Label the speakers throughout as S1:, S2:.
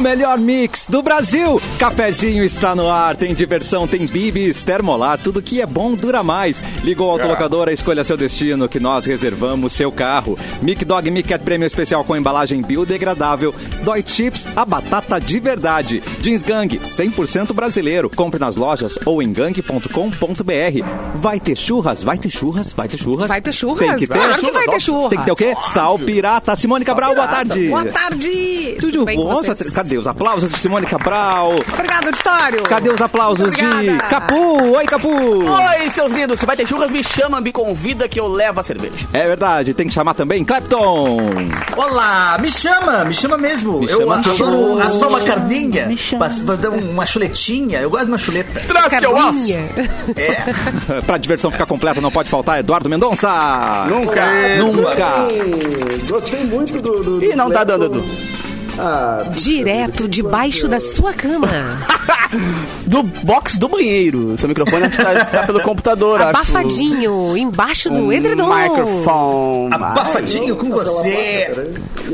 S1: melhor mix do Brasil. Cafezinho está no ar, tem diversão, tem bibis, termolar, tudo que é bom dura mais. Ligou ao autolocadora, escolha seu destino que nós reservamos seu carro. Mic Dog Mic Cat Prêmio Especial com embalagem biodegradável. Dói Chips, a batata de verdade. Jeans Gang, 100% brasileiro. Compre nas lojas ou em gang.com.br. Vai ter churras, vai ter churras, vai ter churras.
S2: Vai ter churras?
S1: Tem que ter.
S2: Claro que vai ter churras.
S1: Tem que ter o quê? Sal pirata. Simone Cabral, boa tarde.
S2: Boa tarde!
S1: Tudo
S2: bem
S1: bom?
S2: com
S1: Nossa,
S2: vocês?
S1: cadê os aplausos de Simone Cabral?
S2: Obrigada, auditório!
S1: Cadê os aplausos
S2: Muito obrigada.
S1: de Capu? Oi, Capu!
S3: Oi, seus lindos, se vai ter churras, me chama, me convida que eu levo a cerveja.
S1: É verdade, tem que chamar também Clapton!
S4: Olá, me chama, me chama mesmo.
S1: Me
S4: eu
S1: chama que eu vou.
S4: adoro assar uma carninha,
S3: Me chama.
S4: mas- mas dar uma chuletinha. Eu gosto de uma chuleta.
S3: Traz que eu asso.
S2: Carminha.
S1: pra diversão ficar completa, não pode faltar Eduardo Mendonça!
S3: Nunca.
S1: Nunca!
S5: Gostei muito do. do
S3: Ih, não tá dando, Edu.
S2: Direto debaixo da sua cama.
S3: Do box do banheiro. Seu microfone acho que tá, tá pelo computador. acho.
S2: Abafadinho, embaixo do
S3: Um
S2: edredom.
S3: Microfone.
S4: Abafadinho com você.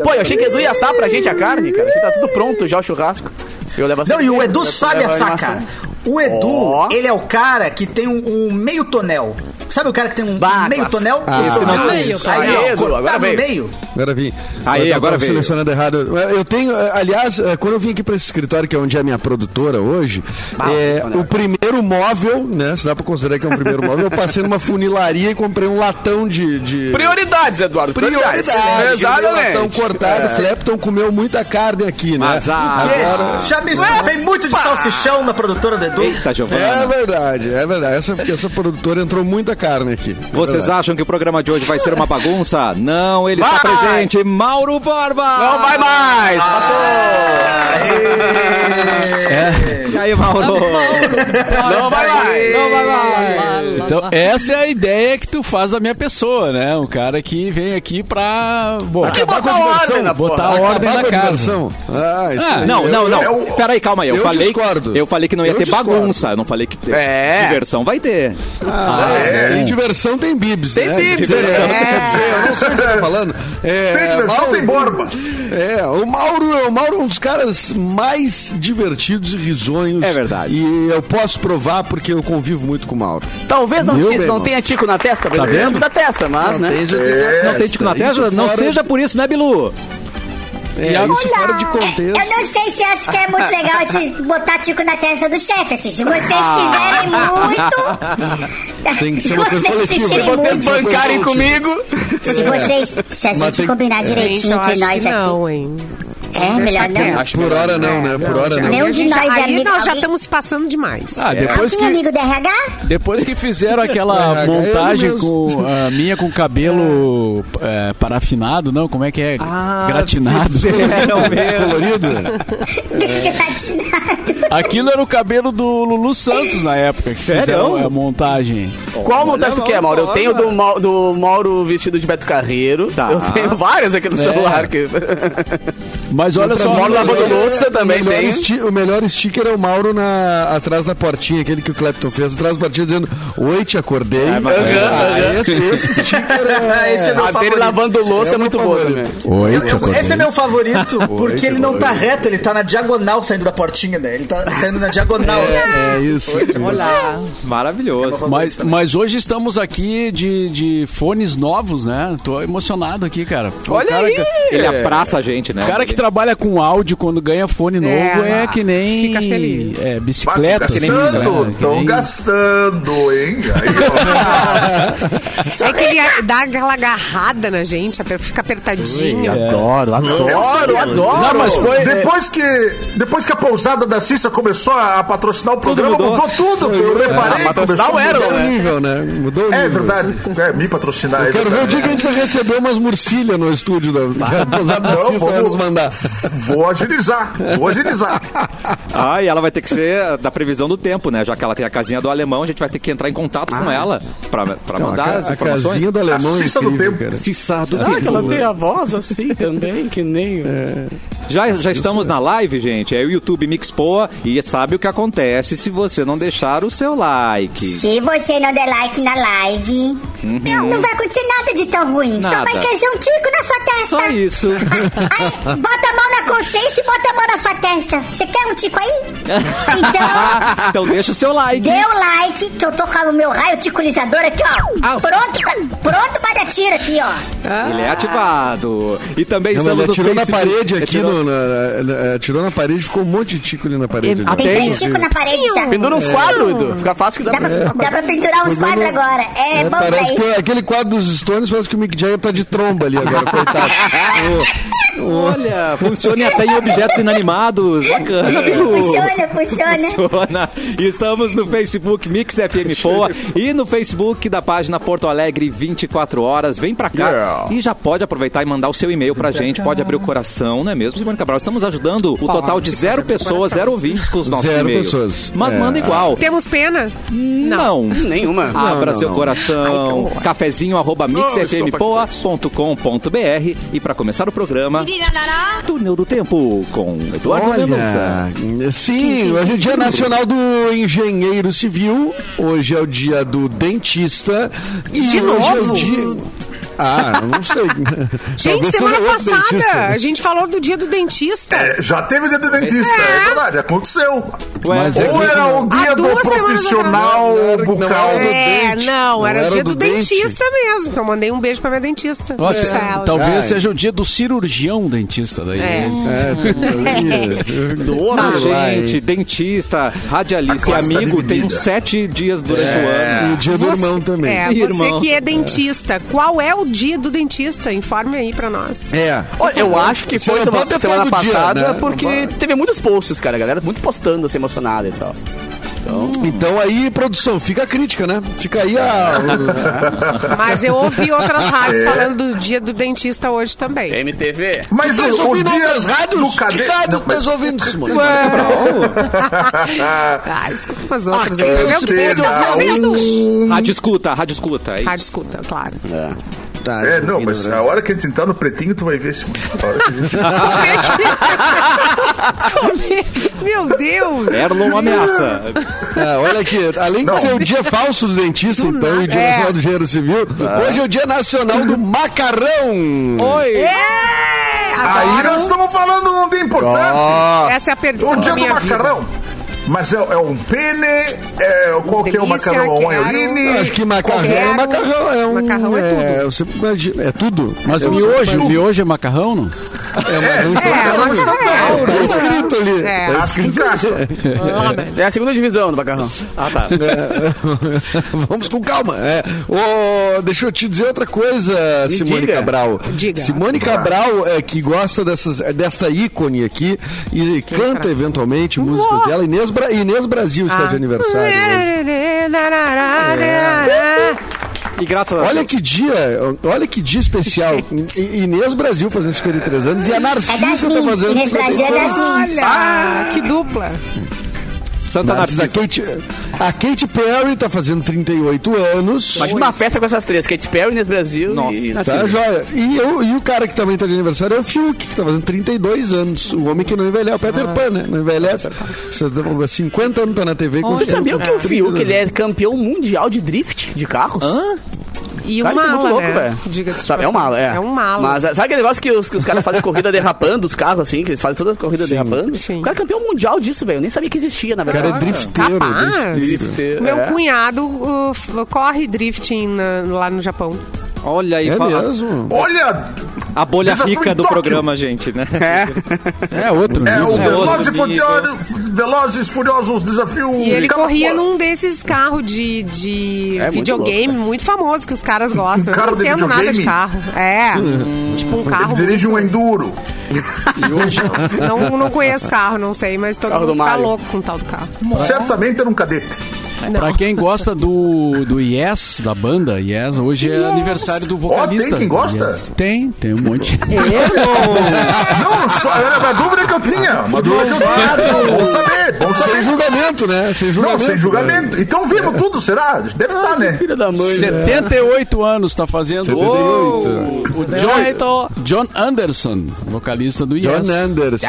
S3: Pô, eu achei que Edu ia assar pra gente a carne, cara. Achei que tá tudo pronto já o churrasco. Eu levo a
S4: Não, e o
S3: cerveja,
S4: Edu
S3: eu
S4: sabe
S3: levo a
S4: assar,
S3: animação.
S4: cara. O Edu,
S3: Ó.
S4: ele é o cara que tem um, um meio tonel. Sabe o cara que tem um
S3: Bah, tá.
S4: meio
S3: clássico.
S4: tonel?
S6: Ah,
S4: Esse
S1: não
S4: Aí,
S3: conheço. Aí,
S4: ó,
S3: Edu, agora
S4: cortado
S3: veio.
S4: no meio.
S6: Agora vim.
S1: Aí,
S6: Eu tava
S1: agora veio.
S6: selecionando errado. Eu tenho, eh, aliás, eh, quando eu vim aqui para esse escritório, que é onde é a minha produtora hoje,
S3: Bah,
S6: eh,
S3: olha.
S6: o primeiro móvel, né? Se dá pra considerar que é um primeiro móvel, eu passei numa funilaria e comprei um latão de. de... né,
S3: Prioridades, Eduardo. Prioridades.
S6: um Latão
S3: Exatamente.
S6: cortado, Clapton comeu muita carne aqui, né?
S1: É. Mas ah, a-
S4: Que
S6: Agora-
S4: Já me estufei muito de salsichão na produtora do Edu.
S1: Eita,
S6: É
S1: Giovana!
S6: verdade, é verdade. Essa, essa produtora entrou muita carne aqui. É
S1: Vocês
S6: verdade.
S1: acham que o programa de hoje vai ser uma bagunça? Não, ele está
S3: Vai!
S1: presente, Mauro Borba!
S3: Não vai mais.
S1: E aí, Mauro?
S3: Passou. Não vai mais.
S1: Não vai mais!
S7: Então, essa é a ideia que tu faz da minha pessoa, né? Um cara que vem aqui pra. Bom,
S3: Tem que botar ordem na
S7: botar
S3: porra.
S7: a ordem
S6: Acabar
S7: na
S6: com a
S7: casa.
S6: diversão. Ah, isso
S7: Ah,
S6: aí.
S1: Não,
S6: Eu-
S1: não, não.
S6: eu-
S1: Peraí, calma aí. Eu,
S6: eu
S1: falei,
S6: discordo.
S1: Eu falei que não ia
S6: Eu
S1: ter
S6: discordo.
S1: bagunça. Eu não falei que ter
S3: É.
S1: diversão vai ter.
S6: Ah, Em diversão tem bibs,
S3: né? Tem
S6: né?
S3: bibs,
S6: Quer dizer,
S3: é.
S6: quer dizer, eu não sei o que eu tô falando. É,
S4: Tem diversão,
S6: Mauro-
S4: tem borba.
S6: É, o Mauro, o Mauro é um dos caras mais divertidos e risonhos.
S1: É verdade.
S6: E eu posso provar porque eu convivo muito com o Mauro.
S3: Talvez não,
S6: Meu
S3: te-
S6: bem,
S3: não
S6: mano.
S3: tenha tico na testa, tá
S7: vendo?
S3: Da testa, mas, né?
S6: tem,
S4: É.
S1: Não tem tico na testa? Não seja por isso, né, Bilu?
S6: É, isso fora de
S8: Eu
S6: contexto.
S8: não sei se acho que é muito legal de botar tico na testa do chefe, assim. Se vocês quiserem muito.
S6: Tem que ser uma
S8: se
S6: coisa
S8: vocês
S6: coletiva. Se
S8: quiserem
S3: Vocês
S8: muito,
S3: bancarem
S6: Gente,
S3: comigo.
S8: Se vocês. Se a
S6: Mas
S8: gente
S6: tem- É.
S8: combinar
S2: Gente,
S8: direitinho
S2: eu
S8: entre
S2: acho
S8: nós
S2: que
S8: aqui.
S2: não, hein?
S8: É, melhor não.
S3: Acho
S6: Por
S3: melhor.
S6: hora não, né? Por hora não.
S8: Nenhum de
S2: Gente,
S8: nós é
S2: Aí
S8: amigo-
S2: nós já
S8: alguém-
S2: estamos passando demais.
S7: Ah, depois
S8: Alguém
S7: que,
S8: amigo do RH?
S7: depois que fizeram
S6: É,
S7: aquela
S6: é
S7: montagem
S6: ele
S7: com
S6: mesmo.
S7: a minha com cabelo é, parafinado, não? Como é que é? Gratinado.
S1: É,
S6: Descolorido? É.
S8: Tá Gratinado.
S7: Aquilo era o cabelo do Lulu Santos na época. Que
S1: Sério?
S7: fizeram a montagem.
S3: Qual montagem tu
S1: Olha,
S3: quer, Mauro? Eu
S1: Mauro,
S3: tenho do, Mau- do Mauro vestido de Beto Carreiro.
S1: Tá.
S3: Eu tenho várias aqui no celular. Que...
S7: Mas olha só.
S3: Mauro lavando louça também
S6: o, melhor
S3: tem.
S6: esti- o melhor sticker é o Mauro na- atrás da portinha, aquele que o Clapton fez, atrás da portinha dizendo: Oi, te acordei. Ah, esse, esse sticker é.
S4: Esse é meu
S3: A dele
S4: favorito.
S3: lavando louça é,
S6: o
S3: muito
S6: meu
S3: boa
S6: favorito.
S3: também.
S7: Oi,
S4: Eu- eu- esse é meu favorito, porque
S6: Oi,
S4: ele não
S6: oi.
S4: tá reto, ele tá na diagonal saindo da portinha, né? Ele tá saindo na diagonal. né?
S6: É isso.
S1: Maravilhoso.
S7: Mas, mas hoje estamos aqui de, de fones novos, né? Tô emocionado aqui, cara. Pô,
S3: Olha
S7: cara,
S3: aí!
S1: Ele abraça a gente, né?
S7: O cara que trabalha com áudio quando ganha fone novo é,
S2: ah,
S7: que nem
S2: fica feliz.
S7: é,
S9: Bah,
S7: bicicleta.
S9: tão
S7: assim,
S9: gastando,
S7: né? Que
S9: tão
S7: nem-
S9: gastando, hein? Aí,
S2: É que ele dá aquela agarrada na gente, aper- fica apertadinho.
S7: Adoro,
S9: ó.
S7: adoro.
S9: Eu
S3: Adoro,
S9: sei.
S3: adoro.
S7: É. Não, mas foi. é,
S9: Depois que, depois que a pousada da Cissa começou a patrocinar o programa,
S1: mudou.
S9: mudou, tudo. eu reparei.
S3: a patrocinar
S9: começou
S3: o
S9: a
S3: Aero,
S9: mudar.
S6: Mudou o nível, né? Mudou o nível.
S9: É verdade. É, me patrocinar. é
S6: Quero ver o
S9: verdade.
S6: dia que a gente vai receber umas murcilhas no estúdio da que a Posada da
S9: Não,
S6: Cissa vai nos
S9: vamos-
S6: mandar.
S9: Vou agilizar, vou agilizar.
S1: Ah, e ela vai ter que ser da previsão do tempo, né? Já que ela tem a casinha do alemão, a gente vai ter que entrar em contato com ela pra, pra
S6: Não, a,
S1: mandar as
S6: ca- a
S1: informações.
S6: casinha do alemão é
S9: Assista no
S6: incrível,
S1: Ah,
S9: tempo.
S6: cara.
S1: Cissado
S3: Ah, que ela tem a voz assim também, que nem.
S1: Já, já estamos na live, gente. É o YouTube Mixpoa e sabe o que acontece se você não deixar o seu like.
S8: Se você não der like na live,
S6: Uhum.
S8: não vai acontecer nada de tão ruim. Só
S1: Nada.
S8: vai crescer um tico na sua testa.
S1: Só isso.
S8: Aí, bota a mão na consciência e bota a mão na sua testa. Você quer um tico aí? Então,
S1: então deixa o seu like.
S8: dê o like que eu tô com o meu raio ticulizador aqui, ó.
S1: Au.
S8: Pronto, pra, pronto pra dar tiro aqui, ó.
S1: Ele é ativado. E também
S6: Não, mas
S1: estamos
S6: ele
S1: no
S6: atirou na
S1: Facebook.
S6: parede aqui,
S1: Atirou-
S6: no, na- na- atirou na parede, ficou um monte de tico ali na parede.
S8: Tem
S3: Tem,
S8: três ticos na parede já. É.
S3: Pendura uns quadros, Edu. Fica fácil que dá
S8: Dá
S3: pra...
S8: pra, dá pra pendurar uns quadros agora. É, bom pra
S6: parece que
S8: isso.
S6: aquele quadro dos Stones parece que o Mick Jagger tá de tromba ali agora, coitado.
S1: Olha, funciona até em objetos inanimados. Bacana, viu?
S8: Funciona, funciona.
S1: é. Funciona. Estamos no Facebook Mix FM Poa e no Facebook da página Porto Alegre 24 horas. Vem pra cá
S3: Yeah.
S1: e já pode aproveitar e mandar o seu e-mail pra gente. Pode abrir o coração, não é mesmo, Simone Cabral? Estamos ajudando o total de zero pessoas, zero ouvintes com os nossos
S6: Zero
S1: e-mails.
S6: pessoas.
S1: Mas
S6: É.
S1: manda igual.
S2: Temos pena?
S1: Não.
S3: Nenhuma.
S1: Abra
S6: não,
S1: seu
S6: não.
S1: coração, cafezinho arroba mixfmpoa.com.br e pra começar o programa, Túnel do Tempo com Eduardo Mendonça.
S6: Olha, sim, hoje é o Dia Nacional do Engenheiro Civil, hoje é o dia do dentista. E
S2: De
S6: hoje
S2: novo?
S6: É o dia... Ah, não sei.
S2: Gente,
S6: Talvez
S2: semana
S6: seja outro
S2: passada
S6: dentista.
S2: a gente falou do dia do dentista.
S9: É, já teve dia do dentista, é. verdade, aconteceu.
S1: Ué,
S6: Mas é
S9: Ou
S6: que-
S9: era o
S2: Há
S9: dia do
S2: duas semanas
S9: profissional
S6: atrás. Não, não
S9: bucal.
S6: era.
S2: É,
S6: dente.
S2: não,
S6: Não
S2: era o
S6: era
S2: dia
S6: do
S2: do
S6: dente.
S2: dentista mesmo, que eu mandei um beijo pra minha dentista.
S7: Ó,
S2: Pra ela.
S7: Talvez
S6: Ai.
S7: seja o dia do cirurgião dentista daí.
S2: É.
S7: né?
S6: É, tem-
S1: Ah,
S6: Sei lá,
S1: gente,
S6: hein?
S1: dentista, radialista e
S9: A classe tá
S1: amigo tem
S9: dividida.
S1: uns sete dias durante o
S6: E
S1: ano.
S6: o dia do irmão também.
S2: É,
S6: É.
S2: você
S1: Irmão.
S2: que é dentista, qual é o dia do dentista? Informe aí pra nós.
S6: É,
S3: Olha, eu acho que
S6: Você
S3: foi
S6: não
S3: semana,
S6: pode ter
S3: semana
S6: todo dia,
S3: passada,
S6: né?
S3: porque
S6: Não
S3: teve muitos posts, cara. A galera muito postando, assim, emocionada e tal.
S6: Então aí, produção, fica a crítica, né? Fica aí a.
S2: Mas eu ouvi outras rádios
S6: É.
S2: falando do dia do dentista hoje também.
S3: MTV.
S9: Mas
S6: Tá
S9: o, o
S6: ouvindo
S9: dia
S6: outras rádios?
S9: do cade...
S6: Que rádio
S9: Não, mas-
S6: tá ouvindo, Simone?
S2: Ah, escuta as outras.
S6: Ah,
S2: aí.
S6: eu
S2: Meu
S6: sei,
S2: Deus, eu
S9: não.
S2: tô ouvindo.
S1: Rádio escuta, rádio escuta. é
S2: Rádio
S1: isso.
S2: escuta, claro.
S6: Tá,
S9: É, não, mas a hora que a gente entrar no pretinho, tu vai ver esse. a hora que a gente-
S2: Meu Deus.
S1: Erlon ameaça.
S6: Ah, olha aqui, além de
S9: Não.
S6: ser o dia falso do dentista,
S2: Do
S6: então, e o dia
S2: nada.
S6: nacional do engenheiro civil, hoje é o dia nacional do macarrão.
S1: Oi!
S2: É,
S9: Aí
S2: adoro.
S9: nós estamos falando um dia importante.
S6: Ah.
S2: Essa é a perdição
S9: O dia
S2: da
S9: do
S2: minha vida.
S9: macarrão. Mas é, é um pene, é, qual que é o
S2: Delícia,
S9: macarrão? Um
S2: quero.
S9: ailine?
S6: Eu acho que macarrão é
S2: Quero.
S6: macarrão. É um,
S2: Macarrão é
S6: tudo. Você imagina, é tudo.
S7: Mas
S6: é
S7: o miojo, o miojo é macarrão, não?
S6: É, macarrão
S2: É,
S6: instantâneo.
S2: mas tá bom.
S6: Tá escrito ali.
S2: É.
S6: Tá
S9: Acho que encaixa.
S3: É a segunda divisão do macarrão.
S6: É. Vamos com calma. É. Ô, deixa eu te dizer outra coisa,
S3: Me
S6: Simone
S3: diga.
S6: Cabral.
S2: Diga.
S6: Simone Cabral, é, que gosta dessas, é, desta ícone aqui e canta
S2: será?
S6: eventualmente músicas dela. Inês, Bra- Inês Brasil está
S8: Ah.
S6: de aniversário.
S8: É.
S6: hoje.
S3: né?
S2: É.
S1: E graças a
S6: Olha
S1: Deus.
S6: que dia, olha que dia especial. I- Inês Brasil fazendo 53 anos e a Narcisa
S8: É das
S6: tá
S8: mim.
S6: fazendo
S8: Inês Brasil é
S6: 53
S8: das mim.
S2: Olha, Ah, que dupla.
S1: Santa
S6: Narcisa,
S1: Narcisa.
S6: a, Kate, a Kate Perry tá fazendo 38 anos.
S3: Imagina uma festa com essas três, Kate Perry, Inês Brasil
S1: Nossa.
S3: e
S6: Tá,
S3: Narcisa.
S6: joia. E, eu- e o cara que também tá de aniversário é o Fiuk, que tá fazendo 32 anos. O homem que não envelhece, o Peter Pan, né? Não envelhece. Você tá- 50 anos tá na TV com
S3: Você
S6: 50
S3: sabia que o
S6: anos.
S3: Fiuk, ele é campeão mundial de drift de carros?
S2: E
S3: Cara,
S2: um
S3: isso é
S2: mala,
S3: muito louco,
S2: né?
S3: velho.
S2: Diga-se de
S3: Sabe, É um
S2: passagem.
S3: mala, é.
S2: É um mala.
S3: Mas é, sabe aquele negócio que os, que os caras fazem corrida derrapando os carros, assim? Que eles fazem todas as corridas derrapando?
S2: sim.
S3: O cara é campeão mundial disso, velho. Eu nem sabia que existia, na
S6: O
S3: verdade.
S6: cara é drifteiro.
S2: Capaz.
S6: drifteiro.
S2: Meu
S3: É.
S2: cunhado uh, f- corre drifting na- lá no Japão.
S1: Olha aí,
S6: É
S1: fala-
S6: mesmo?
S9: Olha,
S1: a bolha
S9: Desafio
S1: rica
S9: em
S1: do
S9: Tóquio.
S1: programa, gente, né?
S7: É outro
S9: é o
S7: nível.
S9: Velozes, e
S1: outro nível.
S9: Furiosos- Velozes e Furiosos Desafio.
S2: E ele
S9: Cara,
S2: corria
S9: pô,
S2: num desses carros de, de
S3: É muito
S2: videogame muito, famoso que os caras gostam.
S9: carro
S2: Eu não
S9: de
S2: entendo nada de
S9: videogame?
S2: carro. É. Tipo um carro.
S9: Ele dirige um enduro.
S2: Não, não conheço carro, não sei, mas todo
S3: Carro do
S2: mundo fica
S3: Mario.
S2: louco com o tal do carro.
S9: Certamente era um cadete.
S7: Pra quem gosta do, do Yes, da banda Yes, hoje é aniversário do vocalista.
S9: tem quem
S7: do
S9: gosta?
S7: Yes. Tem, tem um monte.
S9: Não, só, era uma dúvida que eu tinha. Uma dúvida que eu tinha. Bom saber, bom
S6: Então, Sem
S9: saber.
S6: julgamento, É. né? Sem
S9: Não,
S6: julgamento.
S9: sem julgamento. Então vivo tudo, será? Deve estar, né?
S3: Filha da mãe. né?
S2: é.
S7: 78 anos tá fazendo.
S6: 78.
S7: Uou! O John, John Anderson, vocalista do Yes.
S6: John Anderson.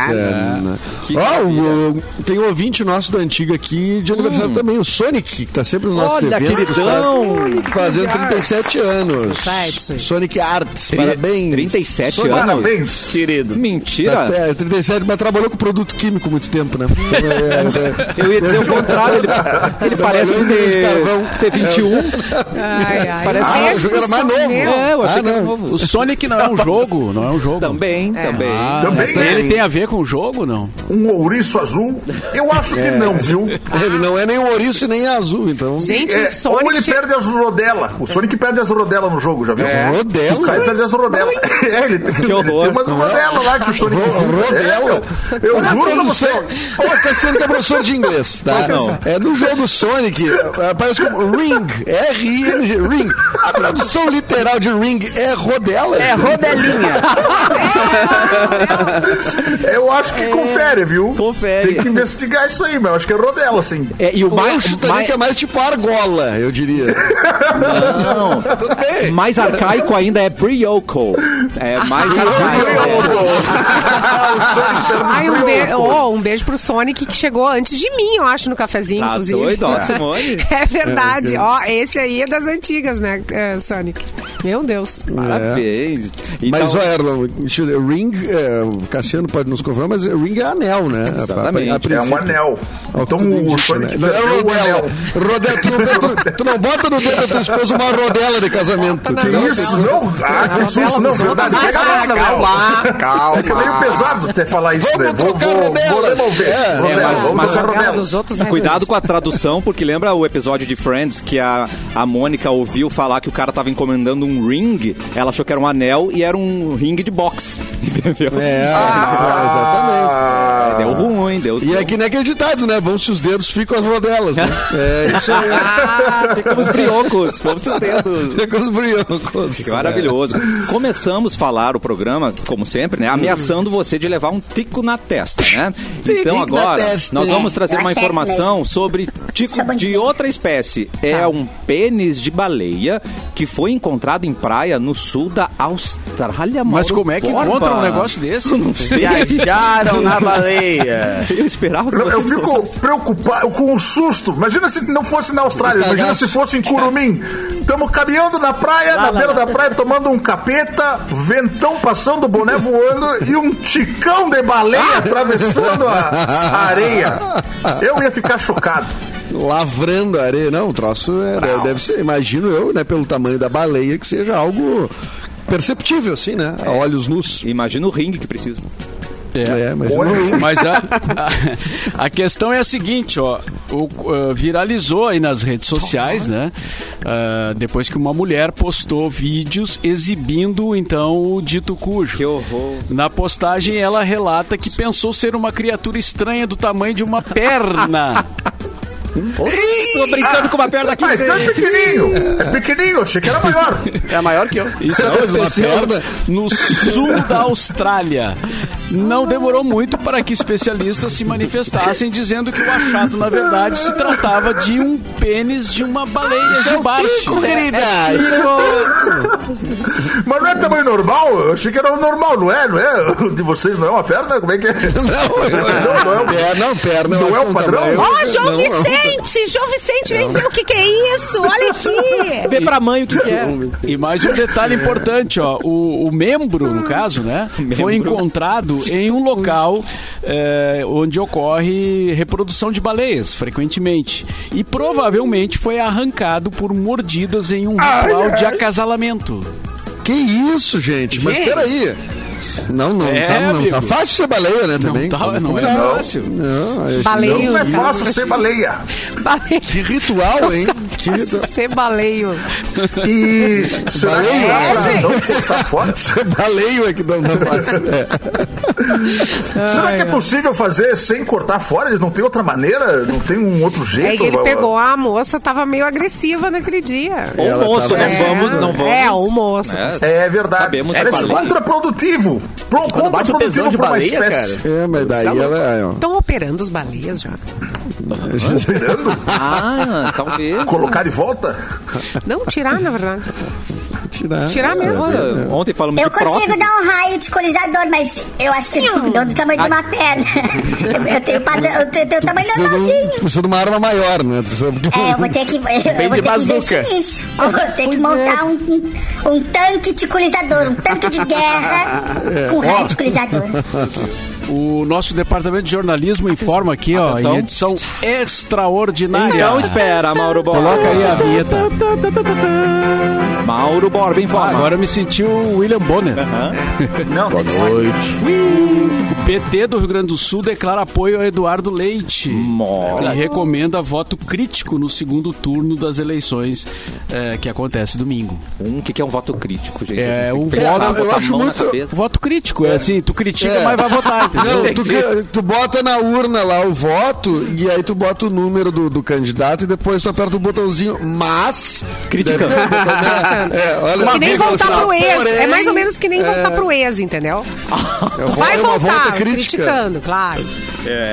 S7: que
S6: Ó,
S7: maravilha.
S6: o- o- tem um ouvinte nosso da antiga aqui de aniversário também, o Sonic, que tá sempre no nosso
S1: Olha,
S6: evento.
S1: queridão!
S6: sabe? Fazendo 37 anos.
S2: 37.
S6: Sonic Arts, parabéns.
S1: 37 anos.
S9: Parabéns.
S3: Querido.
S1: Mentira.
S6: Tá- é, 37, mas trabalhou com produto químico muito tempo, né? Então, é, assim, é,
S1: Eu ia dizer o contrário, ele, ele parece
S6: Tá
S1: ter, ter
S6: É,
S1: 21.
S2: Ai, ai.
S1: Parece que
S2: Beijo
S6: o jogo era
S2: pro
S6: mais
S2: São
S6: novo.
S2: Meu.
S1: um? É, eu achei
S6: Ah,
S1: que era
S6: não.
S1: novo.
S7: O Sonic não é um jogo, não é um jogo.
S1: Também, também. é.
S7: Ah,
S9: Também,
S7: então
S9: né?
S7: Ele tem a ver com o jogo, não?
S9: Um ouriço azul? Eu acho
S6: É.
S9: que não, viu?
S6: Ele não é nem o ouriço e nem azul, então.
S2: Gente,
S9: É,
S2: o
S9: ou
S2: Sonic
S9: ele
S2: tinha-
S9: perde as rodela. O Sonic perde as rodela no jogo, já viu?
S6: É. Rodela?
S9: O cara perde as rodela. É, ele tem, ele
S1: horror.
S9: tem umas rodela lá que o Sonic.
S6: Ro- Rodela?
S9: É, eu eu juro pra você.
S6: Ô, Cassiano que é professor de inglês, tá?
S1: Não.
S6: É no jogo Sonic, aparece como Ring, R-I-N-G, Ring. A tradução literal de Ring é rodela.
S3: É rodelinha.
S9: Eu acho
S6: É.
S9: que confere, viu?
S1: Confere.
S9: Tem que investigar isso aí, mas eu acho que é rodela, sim.
S1: É, e o,
S6: Eu
S1: mais,
S6: chutaria que é mais tipo argola, eu diria.
S1: não,
S6: Tudo bem.
S1: mais arcaico ainda é Brioco. É mais
S6: Ah,
S1: arcaico.
S2: Ai, um, be... oh, um beijo pro Sonic que chegou antes de mim, eu acho, no cafezinho,
S1: Tá
S2: inclusive.
S1: doido, ó, Simone.
S2: É verdade. Ó, esse aí é das antigas, né, eh, Sonic? Meu Deus.
S1: É. Parabéns. Então,
S6: Mas, ó, Erlon, deixa eu dizer, Ring, é, o Cassiano pode nos confirmar, mas Ring é anel, né? A- a-
S1: Exatamente.
S6: a
S9: É um
S6: princípio.
S9: anel.
S6: Ao que
S9: Então
S6: tudo
S9: o
S6: indica,
S9: Sonic
S6: né? É
S9: perdeu o
S6: rodela.
S9: anel.
S6: Rodela, tu, não- tu- tu não bota no dedo da tua esposa uma rodela de casamento.
S9: Que isso? Não, ah, que susto, não, verdade. Pega a nossa, calma. Calma. Fica meio pesado até falar isso, né?
S6: Vamos
S9: Vou,
S6: trocar
S9: vou,
S6: rodela.
S9: vou devolver.
S6: É,
S9: Rodela,
S1: é, mas-
S9: vamos
S1: mas-
S9: trocar
S2: Rodela
S9: rodela.
S2: dos outros, né?
S1: Cuidado com a tradução, porque lembra o episódio de Friends que a, a Mônica ouviu falar que o cara tava encomendando um ring, ela achou que era um anel e era um ring de boxe. Entendeu?
S6: É, exatamente.
S9: Ah,
S1: Deu ruim, deu.
S6: E é que nem aquele ditado, né? Vão se os dedos, ficam as rodelas, né? É isso aí.
S1: Ficamos briocos, fomos seus dedos.
S6: Fica os briocos.
S1: Que maravilhoso. Começamos a falar o programa, como sempre, né? Ameaçando você de levar um tico na testa, né? Então
S6: Tico na
S1: agora
S6: testa.
S1: nós vamos trazer
S8: Tá
S1: uma
S8: certo
S1: informação sobre tico
S8: Só bandido.
S1: de outra espécie. É um pênis de baleia que foi encontrado em praia no sul da Austrália,
S7: Mas
S1: Mauro
S7: como é que
S1: Borba.
S7: encontra um negócio desse?
S1: Não sei.
S3: Viajaram na baleia.
S1: Eu esperava que
S9: Eu, eu
S1: vocês
S9: fico
S1: encontrassem.
S9: preocupado com o susto. Imagina se não fosse na Austrália, imagina se fosse em Curumim. Estamos caminhando na praia, na beira da praia, tomando um capeta, ventão passando, boné voando e um ticão de baleia atravessando a, a areia. Eu ia ficar chocado.
S6: Lavrando a areia. Não, o troço é- deve, deve ser, imagino eu, né? Pelo tamanho da baleia, que seja algo perceptível, assim, né?
S9: É.
S6: A olhos nus.
S1: Imagina o ringue que precisa.
S6: É, mas
S9: Olha.
S6: não-
S7: Mas a, a, a questão é a seguinte, ó. O, uh, viralizou aí nas redes sociais, né? Ah, depois que uma mulher postou vídeos exibindo, então, o dito cujo.
S1: Que horror.
S7: Na postagem, ela relata que pensou ser uma criatura estranha do tamanho de uma perna.
S1: Tô brincando com uma perna aqui.
S9: Ah, então é pequenininho. É pequenininho, achei que era maior.
S3: É maior que eu.
S7: Isso
S6: Não, mas uma
S7: aconteceu
S6: perna?
S7: no sul da Austrália. Não demorou muito para que especialistas se manifestassem dizendo que o achado, na verdade, se tratava de um pênis de uma baleia
S6: Isso é um
S7: jubarte.
S6: tico, querida! Isso é um
S9: Mas não é tamanho normal? Eu achei que era o normal, não é? Não é? O De vocês não é uma perna? Como é que é?
S6: Não,
S9: Não, não é o-
S6: é, não, perna. eu
S9: Não
S6: acho
S9: é o
S6: que
S9: padrão?
S6: tamanho-
S2: Ó, João
S6: não, não.
S2: Vicente! João Vicente, vem ver o que, que é isso! Olha aqui!
S1: Vê pra mãe o que, que é.
S7: E mais um detalhe importante, ó. O, o membro, no caso, né? Foi encontrado em um local eh, onde ocorre reprodução de baleias, frequentemente. E provavelmente foi arrancado por mordidas em um ritual de acasalamento.
S6: Que isso, gente? Mas peraí. Não, não,
S7: É,
S6: tá, não tá
S7: amigo.
S6: fácil ser baleia, né? Também.
S7: não, tá,
S6: Vamos
S7: não é
S6: combinar.
S7: fácil.
S6: Não, eu-
S2: Baleio.
S9: Não é fácil ser baleia.
S2: Baleio.
S6: Que ritual, hein? Que ritual.
S2: Ser baleio.
S9: E será que
S6: Baleia? é,
S9: dá pra não botar fora?
S6: Baleio um é que não tá fácil. É.
S9: Será que é possível fazer sem cortar fora? Eles não tem outra maneira? Não tem um outro
S2: É
S9: jeito?
S2: que ele pegou a moça, tava meio agressiva naquele dia.
S1: Ou
S6: Ela
S1: moço,
S6: tá
S1: não
S2: bem.
S1: vamos, não vamos.
S2: É, o moço.
S1: né?
S9: É verdade.
S1: Sabemos,
S9: Era
S1: eu
S9: esse
S1: falei.
S9: contraprodutivo. Pro,
S3: Quando bate o pesão
S9: contraprodutivo
S3: de
S9: pra uma
S3: baleia,
S9: espécie.
S3: cara.
S6: É, mas daí ela. é, ó.
S2: Estão operando os baleias já.
S1: Ah, talvez.
S9: Colocar de volta?
S2: Não, tirar, na verdade.
S6: Tirar.
S2: Tirar mesmo.
S1: Olha, Ontem falamos
S8: Eu
S1: de prótese.
S8: consigo dar um raio de colonizador, mas eu acho que eu dou do tamanho de uma perna. Eu, eu tenho padrão- eu tenho- eu tenho o tamanho
S6: Precisa de, um-
S8: normalzinho.
S6: precisa de uma arma maior, né? Precisa...
S8: tá É, eu vou ter que, eu,
S3: Bem
S8: eu
S3: de
S8: vou ter que
S3: bazuca.
S8: investir nisso. Eu vou ter que montar um, um, um tanque de colonizador, um tanque de guerra
S3: É.
S8: com raio de colonizador.
S7: O nosso departamento de jornalismo informa aqui, ó, em edição extraordinária.
S1: Então espera, Mauro Borba.
S7: Coloca aí a vinheta.
S1: Mauro Borba
S7: Ah,
S1: informa.
S7: agora eu me senti o William Bonner.
S9: Não, tem que ser.
S7: O PT do Rio Grande do Sul declara apoio a Eduardo Leite.
S1: Mora.
S7: E recomenda voto crítico no segundo turno das eleições eh, que acontece domingo.
S1: Um, o que, que é um voto crítico, gente?
S7: É,
S1: A gente
S7: um
S1: tem que
S6: voto-
S1: parar,
S6: eu
S1: botar a
S6: acho
S1: mão na
S6: muito-
S1: cabeça.
S7: Voto crítico, é, assim, tu critica,
S6: É.
S7: mas vai votar. entendeu?
S6: Não, tu, que- tu bota na urna lá o voto e aí tu bota o número do, do candidato e depois tu aperta o botãozinho, mas.
S1: Criticando.
S6: Deve ter um botão, né? É, olha,
S2: Que nem
S6: vírgula
S2: voltar
S6: final,
S2: pro ex. É
S6: porém,
S2: mais ou menos que nem
S6: é,
S2: voltar pro ex, entendeu?
S6: é uma
S2: Vai
S6: volta
S2: voltar,
S6: crítica.
S2: criticando, É. claro.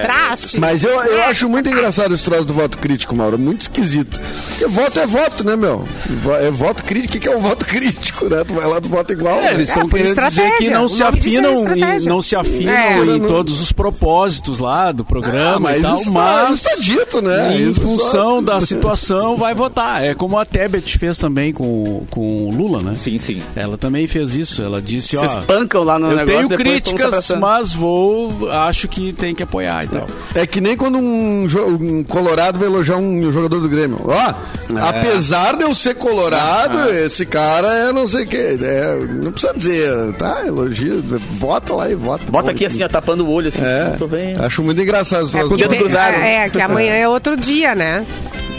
S2: Traste.
S6: Mas eu, eu acho muito engraçado esse troço do voto crítico, Mauro. Muito esquisito. Porque voto é voto, né, meu? Vo- É voto crítico. O que que é um voto crítico, né? Tu vai lá, tu vota igual.
S7: É, eles
S6: né?
S7: estão
S2: por
S7: querendo dizer que
S2: estratégia.
S7: não
S2: O
S7: se
S2: nome disso é
S7: afinam em,
S2: estratégia.
S7: não se afinam
S2: É.
S7: em
S6: Não.
S7: todos os propósitos lá do programa
S6: Ah,
S7: e
S6: mas
S7: tal,
S6: isso tá-
S7: mas
S6: isso tá dito, né?
S7: em
S6: Isso só-
S7: função da situação vai votar. É como a Tebet fez também com, com o Lula, né?
S1: Sim, sim.
S7: Ela também fez isso. Ela disse,
S3: Se
S7: ó,
S3: espancam lá no
S7: eu
S3: negócio.
S7: tenho
S3: depois estão se
S7: críticas,
S3: abraçando.
S7: mas vou, acho que tem que apoiar e tal.
S6: É que nem quando um, jo- um colorado vai elogiar um jogador do Grêmio. Ó, apesar de eu ser colorado, esse cara é não sei o quê. É, não precisa dizer, tá? Elogio, vota lá e vota.
S3: Bota aqui assim, ó, tapando o olho assim.
S6: É,
S3: Tô vendo.
S6: acho muito engraçado. essas
S2: É,
S6: duas
S2: porque
S3: dedos
S2: tem-
S3: cruzados.
S2: é, é, que amanhã é outro dia, né?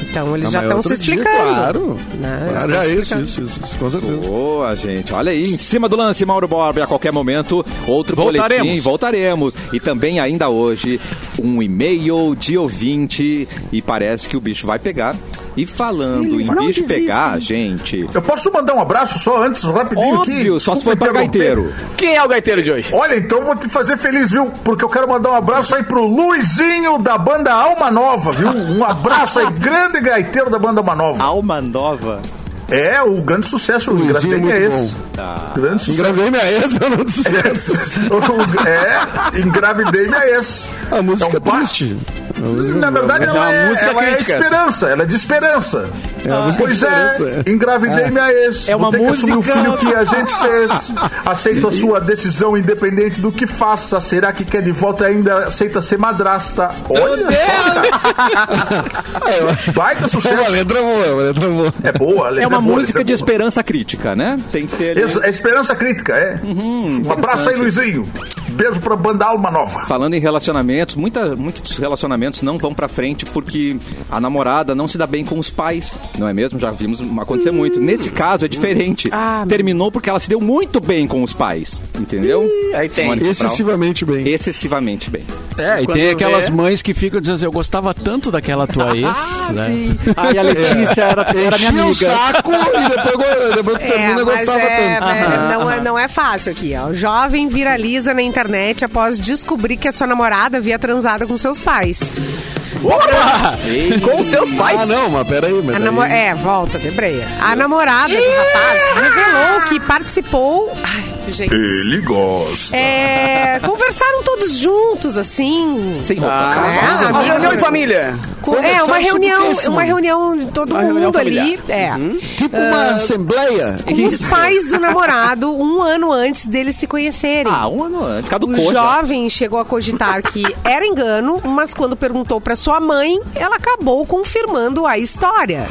S2: Então eles
S6: Não,
S2: já
S6: mas é
S2: estão
S6: outro
S2: se
S6: dia,
S2: explicando.
S6: claro.
S2: Né?
S6: Claro,
S2: Eles tão
S6: é
S2: se
S6: isso,
S2: explicando.
S6: isso, isso, com certeza.
S1: Boa, gente. Olha aí, em cima do lance, Mauro Borba. E A qualquer momento, outro
S7: Voltaremos.
S1: boletim. Voltaremos. E também, ainda hoje, um e-mail de ouvinte. E parece que o bicho vai pegar. E falando em bicho pegar, gente...
S9: Eu posso mandar um abraço só antes, rapidinho aqui?
S1: Óbvio, só se for
S9: Desculpa
S1: pra
S9: interromper.
S1: gaiteiro.
S3: Quem é o gaiteiro de hoje?
S9: Olha, então vou te fazer feliz, viu? Porque eu quero mandar um abraço aí pro Luizinho da banda Alma Nova, viu? Um abraço aí, grande gaiteiro da banda Alma Nova.
S1: Alma nova.
S9: É, o grande sucesso, o
S6: Luizinho
S9: grande
S6: é
S9: é
S6: muito
S9: esse. Grande sucesso.
S6: Engravei minha ex, eu não sucesso.
S9: O- é, engravidei minha ex.
S6: A música é
S9: ba-
S6: triste. A música- né?
S9: Então, Na verdade,
S6: mas
S9: ela,
S3: uma
S9: é,
S3: música
S9: ela é
S3: crítica.
S9: esperança. Ela é de esperança.
S6: É uma música de
S9: pois
S6: esperança,
S9: é,
S6: é.
S9: engravidei minha ex.
S1: É
S9: Vou
S1: uma
S9: ter que assumir o
S1: música.
S9: filho que a gente fez. Aceito a sua decisão, independente do que faça. Será que quer de volta ainda? Aceita ser madrasta. Olha só, cara. Baita
S6: É uma
S9: sucesso.
S6: letra boa, é uma letra boa.
S9: É boa,
S1: É uma música de
S9: esperança.
S1: esperança crítica, né? Tem que ter... ali-
S9: É esperança crítica, é.
S1: Uhum,
S9: um abraço aí, Luizinho. Beijo pra banda Alma Nova.
S1: Falando em relacionamentos, muita, muitos relacionamentos não vão pra frente porque a namorada não se dá bem com os pais, não é mesmo? Já vimos acontecer muito. Nesse caso é diferente. Terminou porque ela se deu muito bem com os pais, entendeu?
S3: aí tem.
S1: Simone Cabral.
S6: Excessivamente bem.
S1: Excessivamente bem.
S7: É, e
S3: Quando
S7: tem aquelas
S3: vê-
S7: mães que ficam dizendo assim, eu gostava tanto daquela tua ex, né?
S1: Ai, a Letícia era, era minha
S6: É. Enchia o
S1: amiga.
S6: saco e depois, go- depois tu
S2: É,
S6: termina e
S2: mas
S6: gostava
S2: é,
S6: tanto. Ah,
S2: é, não, é, não é fácil aqui, ó. O jovem viraliza na internet após descobrir que a sua namorada havia transado com seus pais.
S3: Opa! Com seus pais.
S6: Ah, não, mas peraí, mas
S2: é. A
S6: daí-
S2: namo- É, volta, debreia. A namorada do rapaz revelou que participou. Ai, gente.
S9: Ele gosta.
S2: É, conversaram todos juntos, assim.
S1: Sem roupa.
S2: Ah,
S3: Uma
S2: amigo.
S3: é, reunião em família.
S2: Com- é,
S6: Conversar
S2: uma
S6: sobre
S2: reunião,
S6: o quê, Simone?
S2: uma reunião de todo
S3: Uma reunião
S2: mundo ali.
S3: familiar.
S2: É.
S6: Tipo uma assembleia.
S2: Com os pais do namorado um ano antes deles se conhecerem.
S1: Ah, um ano antes. Cada
S2: O
S1: cor.
S2: jovem chegou a cogitar que era engano, mas quando perguntou pra sua mãe, ela acabou confirmando a história.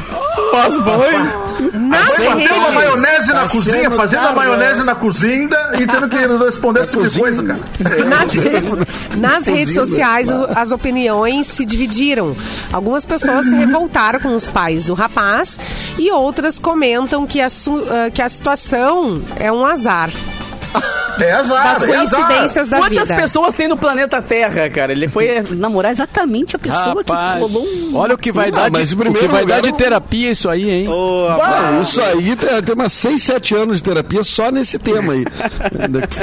S3: As mães.
S2: Nas
S9: Bateu uma
S2: redes,
S9: maionese na
S6: Tá
S9: cozinha,
S6: sendo
S9: fazendo a
S6: tarde,
S9: maionese na cozinha e tendo que responder esse tipo de
S6: cozinha.
S9: coisa, cara.
S2: nas, nas redes
S6: Cozinha,
S2: sociais,
S6: claro.
S2: o- as opiniões se dividiram. Algumas pessoas se revoltaram com os pais do rapaz e outras comentam que a, su- ah, que a situação é um azar.
S9: É azar,
S2: das
S9: é azar.
S2: coincidências da
S3: Quantas
S2: vida.
S3: pessoas tem no planeta Terra, cara? Ele foi namorar exatamente a pessoa que
S7: Rapaz,
S3: rolou um...
S7: olha o que vai
S6: Ah,
S7: dar,
S6: mas
S7: de,
S6: em primeiro
S7: o que vai
S6: lugar, é
S7: dar de
S6: eu-
S7: terapia isso aí, hein?
S1: Ô,
S6: Não, isso aí tem, tem umas 6, 7 anos de terapia só nesse tema aí.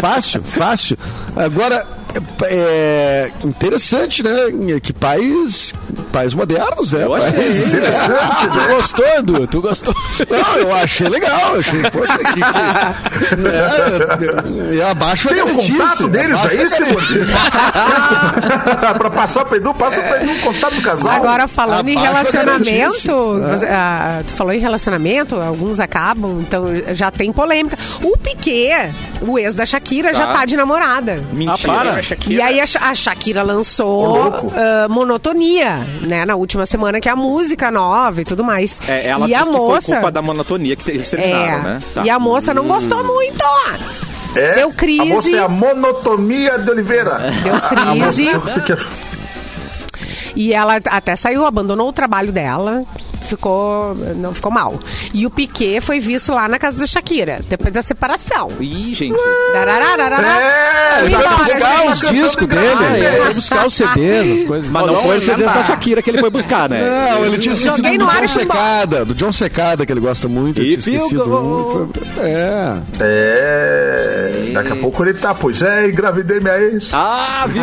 S6: fácil, fácil. Agora, é interessante, né? Que pais, pais modernos, né? Pais-
S7: Tu gostou, Edu? Tu gostou?
S6: Não, eu achei legal, eu achei, poxa, que, que, é, é, abaixo
S9: Tem
S6: a
S9: o
S6: caretice,
S9: contato deles é
S6: abaixo
S9: aí,
S6: a caretice.
S9: Simone? pra passar pro Edu, passa pro Edu o contato do casal.
S2: Agora, falando em
S6: Abaixo a
S2: relacionamento,
S6: garantice.
S2: você- ah, tu falou em relacionamento, alguns acabam, então já tem polêmica. O Piquet, o ex da Shakira, já tá de namorada.
S3: Ah,
S1: Mentira.
S2: E aí a, Sha- a Shakira
S9: Ô,
S2: lançou
S9: louco.
S2: ah, Monotonia, né? Na última semana, que é a música nova e tudo mais.
S1: É, ela
S2: e
S1: disse
S2: a
S1: que foi
S2: moça.
S1: culpa da monotonia que eles
S2: é,
S1: terminaram, né? Tá.
S2: E a moça não gostou muito.
S9: É,
S2: Deu crise.
S9: A moça é a monotonia de Oliveira.
S2: Deu
S9: A moça-
S2: crise. E ela até saiu, abandonou o trabalho dela. Ficou, não ficou mal. E o Piquet foi visto lá na casa da Shakira, depois da separação.
S1: Ih, gente.
S2: Dararararará.
S9: É,
S2: Foi
S9: vai
S2: embora,
S9: buscar
S6: um
S2: gente.
S9: os
S7: Os discos dele,
S9: Ah,
S7: ele
S9: é.
S7: foi buscar os CDs, as coisas.
S1: Mas não
S3: não
S1: foi o CD da
S3: lembra.
S1: Shakira que ele foi buscar, né?
S6: Não, ele tinha esquecido
S2: Joguei
S6: do
S2: no ar
S6: John
S2: e fui embora.
S6: Secada, do John Secada, que ele gosta muito,
S1: E
S6: ele tinha esquecido.
S1: ficou.
S6: um, foi- É.
S9: É, daqui a pouco ele tá, pois é, engravidei minha ex.
S1: Ah, viu?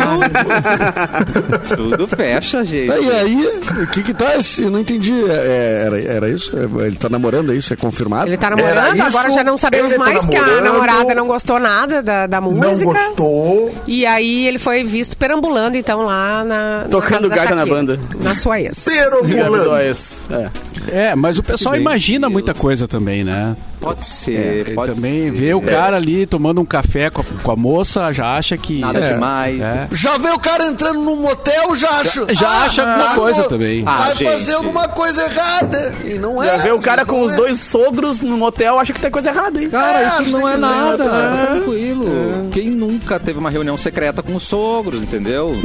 S1: Tudo fecha, gente.
S6: Tá, e aí, o que que tá esse? Eu não entendi. É, era, era isso? É, Ele tá namorando, é isso? É confirmado?
S2: Ele tá
S9: Era
S2: namorando,
S9: isso,
S2: agora já não sabemos
S9: ele tá
S2: mais, porque a
S9: namorando.
S2: namorada não gostou nada da, da
S9: não
S2: música.
S9: gostou.
S2: E aí ele foi visto perambulando, então, lá na. na
S3: Tocando
S2: casa da
S3: gaita na
S2: Shakira,
S3: banda.
S2: Na sua ex.
S9: Perambulando.
S3: Gravidez. É.
S7: É, mas o pessoal imagina muita coisa também, né?
S1: Pode ser,
S7: Ele
S1: pode
S7: também
S1: ser. É.
S7: vê o cara ali tomando um café com a, com a moça, já acha que.
S1: Nada
S6: É.
S1: demais.
S6: Já vê o cara entrando num motel, já acho.
S7: já acha alguma coisa também.
S1: Ah,
S6: Vai
S1: gente.
S6: fazer alguma coisa errada. E não é.
S3: Já vê o cara com
S6: não
S3: os
S6: é.
S3: dois sogros no motel, acha que tem coisa errada, hein?
S6: É,
S1: Cara, isso não
S6: acho
S1: é
S6: que
S1: nada,
S6: não é
S1: é tranquilo. Quem nunca teve uma reunião secreta com os sogros, entendeu?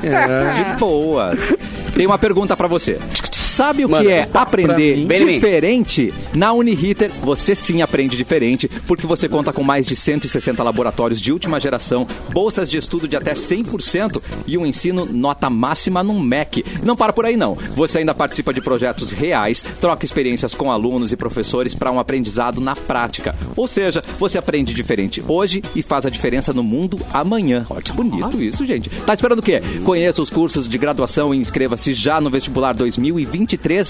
S1: De boa. Tem uma pergunta pra você. Sabe o que
S3: Manda.
S1: é aprender
S6: mim.
S3: Vem em mim.
S1: diferente? Na Uniriter, você sim aprende diferente, porque você conta com mais de 160 laboratórios de última geração, bolsas de estudo de até 100% e um ensino nota máxima no MEC. Não para por aí, não. Você ainda participa de projetos reais, troca experiências com alunos e professores para um aprendizado na prática. Ou seja, você aprende diferente hoje e faz a diferença no mundo amanhã. Olha que
S3: Ah.
S1: bonito isso, gente. Tá esperando o quê?
S3: Uhum.
S1: Conheça os cursos de graduação e inscreva-se já no vestibular 2023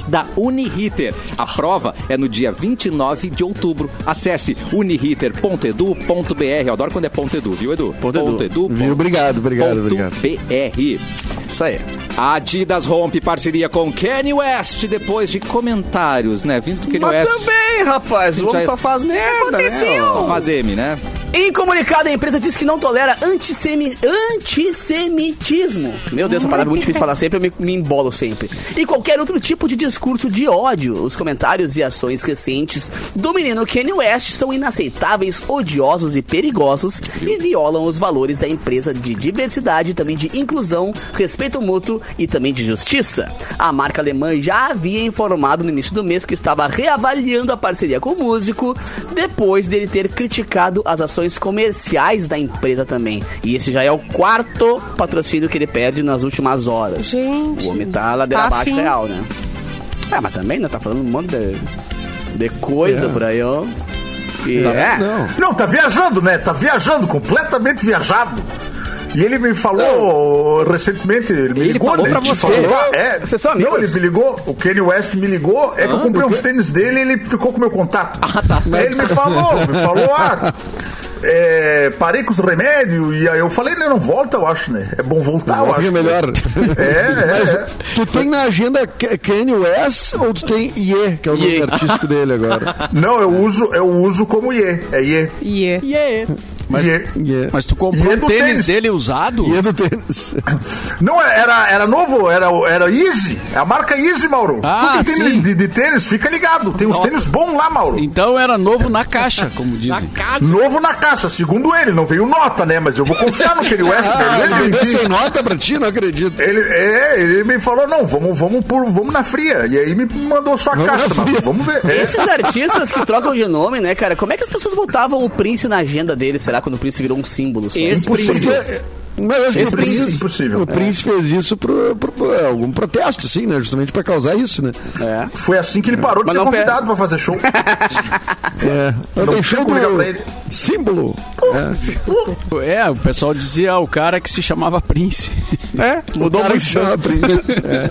S1: da Uniriter. A prova é no dia 29 de outubro. Acesse uniriter.edu.br. Eu adoro quando é ponto .edu, viu, Edu?
S3: Ponto edu.
S1: edu.
S6: Viu? Obrigado, obrigado, obrigado.
S1: .br.
S3: Isso aí.
S1: A Adidas rompe parceria com Kanye West depois de comentários, né? Vindo do Kanye
S3: Mas
S1: West.
S3: também, rapaz, o homem
S1: Já- é.
S3: só faz merda. Né?
S1: Só Faz M, né?
S3: Em comunicado, a empresa diz que não tolera antissemi... antissemitismo. Meu Deus, essa parada é muito difícil de falar sempre, eu me, me embolo sempre. E qualquer outro tipo de discurso de ódio. Os comentários e ações recentes do menino Kanye West são inaceitáveis, odiosos e perigosos e violam os valores da empresa de diversidade, também de inclusão, respeito mútuo e também de justiça. A marca alemã já havia informado no início do mês que estava reavaliando a parceria com o músico depois dele ter criticado as ações comerciais da empresa também. E esse já é o quarto patrocínio que ele perde nas últimas horas.
S2: Gente,
S3: o homem tá ladeira
S2: tá
S3: abaixo
S2: afim.
S3: real, né? Ah, mas também, né? Tá falando um monte de, de coisa por aí, ó. E é.
S6: Não.
S9: Não, tá viajando, né? Tá viajando, completamente viajado. E ele me falou recentemente, ele me
S1: Ele
S9: ligou,
S1: falou
S9: né?
S1: pra
S9: Ele
S1: você.
S9: falou, ah, é.
S3: Vocês são amigos?
S9: Não, ele me ligou, o Kanye West me ligou, é que eu comprei uns tênis dele e ele ficou com meu contato. Ah, tá. Aí ele me falou, me falou, ah. é, parei com os remédios e aí eu falei, ele não volta, eu acho, né? É bom voltar, eu
S6: Não,
S9: acho.
S6: fica
S9: né?
S6: melhor.
S9: É, é.
S6: Mas tu tem na agenda K- Kanye West ou tu tem Ye, que é o nome
S3: Ye.
S6: artístico dele agora?
S9: Não, eu uso, eu uso como Iê. É Iê.
S2: E é.
S7: Mas,
S9: Iê.
S6: Ye.
S7: mas tu comprou
S9: E é
S7: um
S9: do
S7: tênis,
S9: tênis.
S7: dele usado?
S6: Ye do tênis.
S9: Não, é, era, era novo, era, era Easy. É a marca Easy, Mauro.
S7: Ah,
S9: tu que
S7: sim.
S9: tem de, de tênis, fica ligado. Tem uns tênis bons lá, Mauro.
S7: Então era novo na caixa, como dizem.
S9: Novo na caixa, segundo ele. Não veio nota, né? Mas eu vou confiar no que ele West.
S6: Ah,
S9: ele,
S6: ele
S9: me
S6: deu
S9: disse-
S6: sem nota pra ti? Não acredito.
S9: ele, é, ele me falou, não, vamos, vamos, por, vamos na fria. E aí me mandou só a
S6: Vamos
S9: caixa,
S6: na
S9: Mauro.
S6: fria.
S9: Vamos ver. É.
S3: Esses artistas que trocam de nome, né, cara? Como é que as pessoas botavam o Prince na agenda dele? Será Caraca, quando o príncipe virou um símbolo. só.
S1: Ex-príncipe.
S6: Mas eu acho que
S3: Esse
S6: o príncipe,
S9: príncipe, é impossível.
S6: o príncipe fez isso por, por- por é, algum protesto, sim, né? Justamente pra causar isso, né?
S3: É.
S9: Foi assim que ele parou de
S3: Mas
S9: ser
S3: não, pera.
S9: convidado pra fazer show.
S6: É. Eu
S9: Não
S6: deixou
S9: tinha como ligar pra ele.
S6: o símbolo.
S7: É, o pessoal dizia ah, o cara que se chamava Prince.
S3: É, mudou
S6: Cara que
S3: muito.
S6: chama príncipe. É.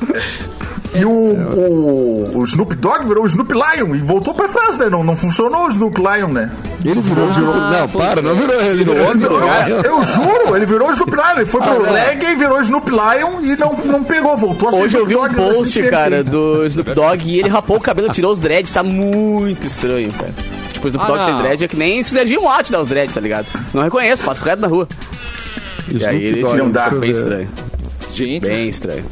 S9: E o, o, o Snoop Dogg virou o Snoop Lion e voltou pra trás, né? Não, não funcionou o Snoop Lion, né?
S6: Ele virou, virou. Não, para, não virou. Ele virou.
S9: Ele virou- eu juro, ele virou o Snoop Lion. Ele foi pro
S6: Ah, não.
S9: reggae e virou o Snoop Lion e não, não pegou, voltou a ser
S3: Hoje eu
S9: Snoop
S3: vi um
S9: Dogg, mas
S3: post,
S9: assim,
S3: cara, do Snoop Dogg e ele rapou o cabelo, tirou os dreads, tá muito estranho, cara. Tipo, o Snoop
S1: Ah,
S3: Dogg sem
S1: não.
S3: dread é que nem se o Serginho Watt dá os dreads, tá ligado? Não reconheço, passo reto na rua. E aí ele
S9: não dá.
S3: tá bem
S6: deixa eu ver.
S3: estranho,
S1: Gente,
S3: bem estranho.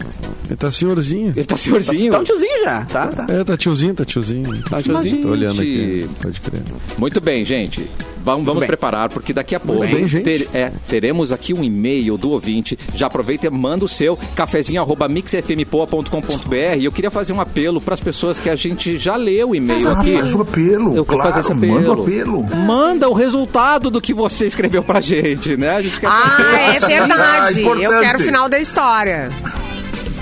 S6: Ele tá senhorzinho.
S1: ele tá senhorzinho.
S3: Tá um tiozinho já, tá? tá.
S6: É, tá tiozinho, tá tiozinho.
S3: Tá um tiozinho.
S6: Tô olhando aqui, né?
S1: Gente.
S6: pode crer.
S1: Muito bem, gente. Vamos, vamos
S3: bem.
S1: preparar, porque daqui a pouco
S6: bem, gente.
S1: é, teremos aqui um e-mail do ouvinte. Já aproveita e manda o seu, cafezinho.mixfmpoa.com.br. E eu queria fazer um apelo para as pessoas que a gente já leu o e-mail
S9: Ah,
S1: aqui.
S9: faz o apelo,
S1: Eu vou
S9: claro,
S1: fazer esse apelo.
S9: manda o apelo.
S1: Manda o resultado do que você escreveu pra gente, né? A gente quer
S2: Ah, é
S9: Ah,
S2: verdade.
S9: importante.
S2: Eu quero o final da história.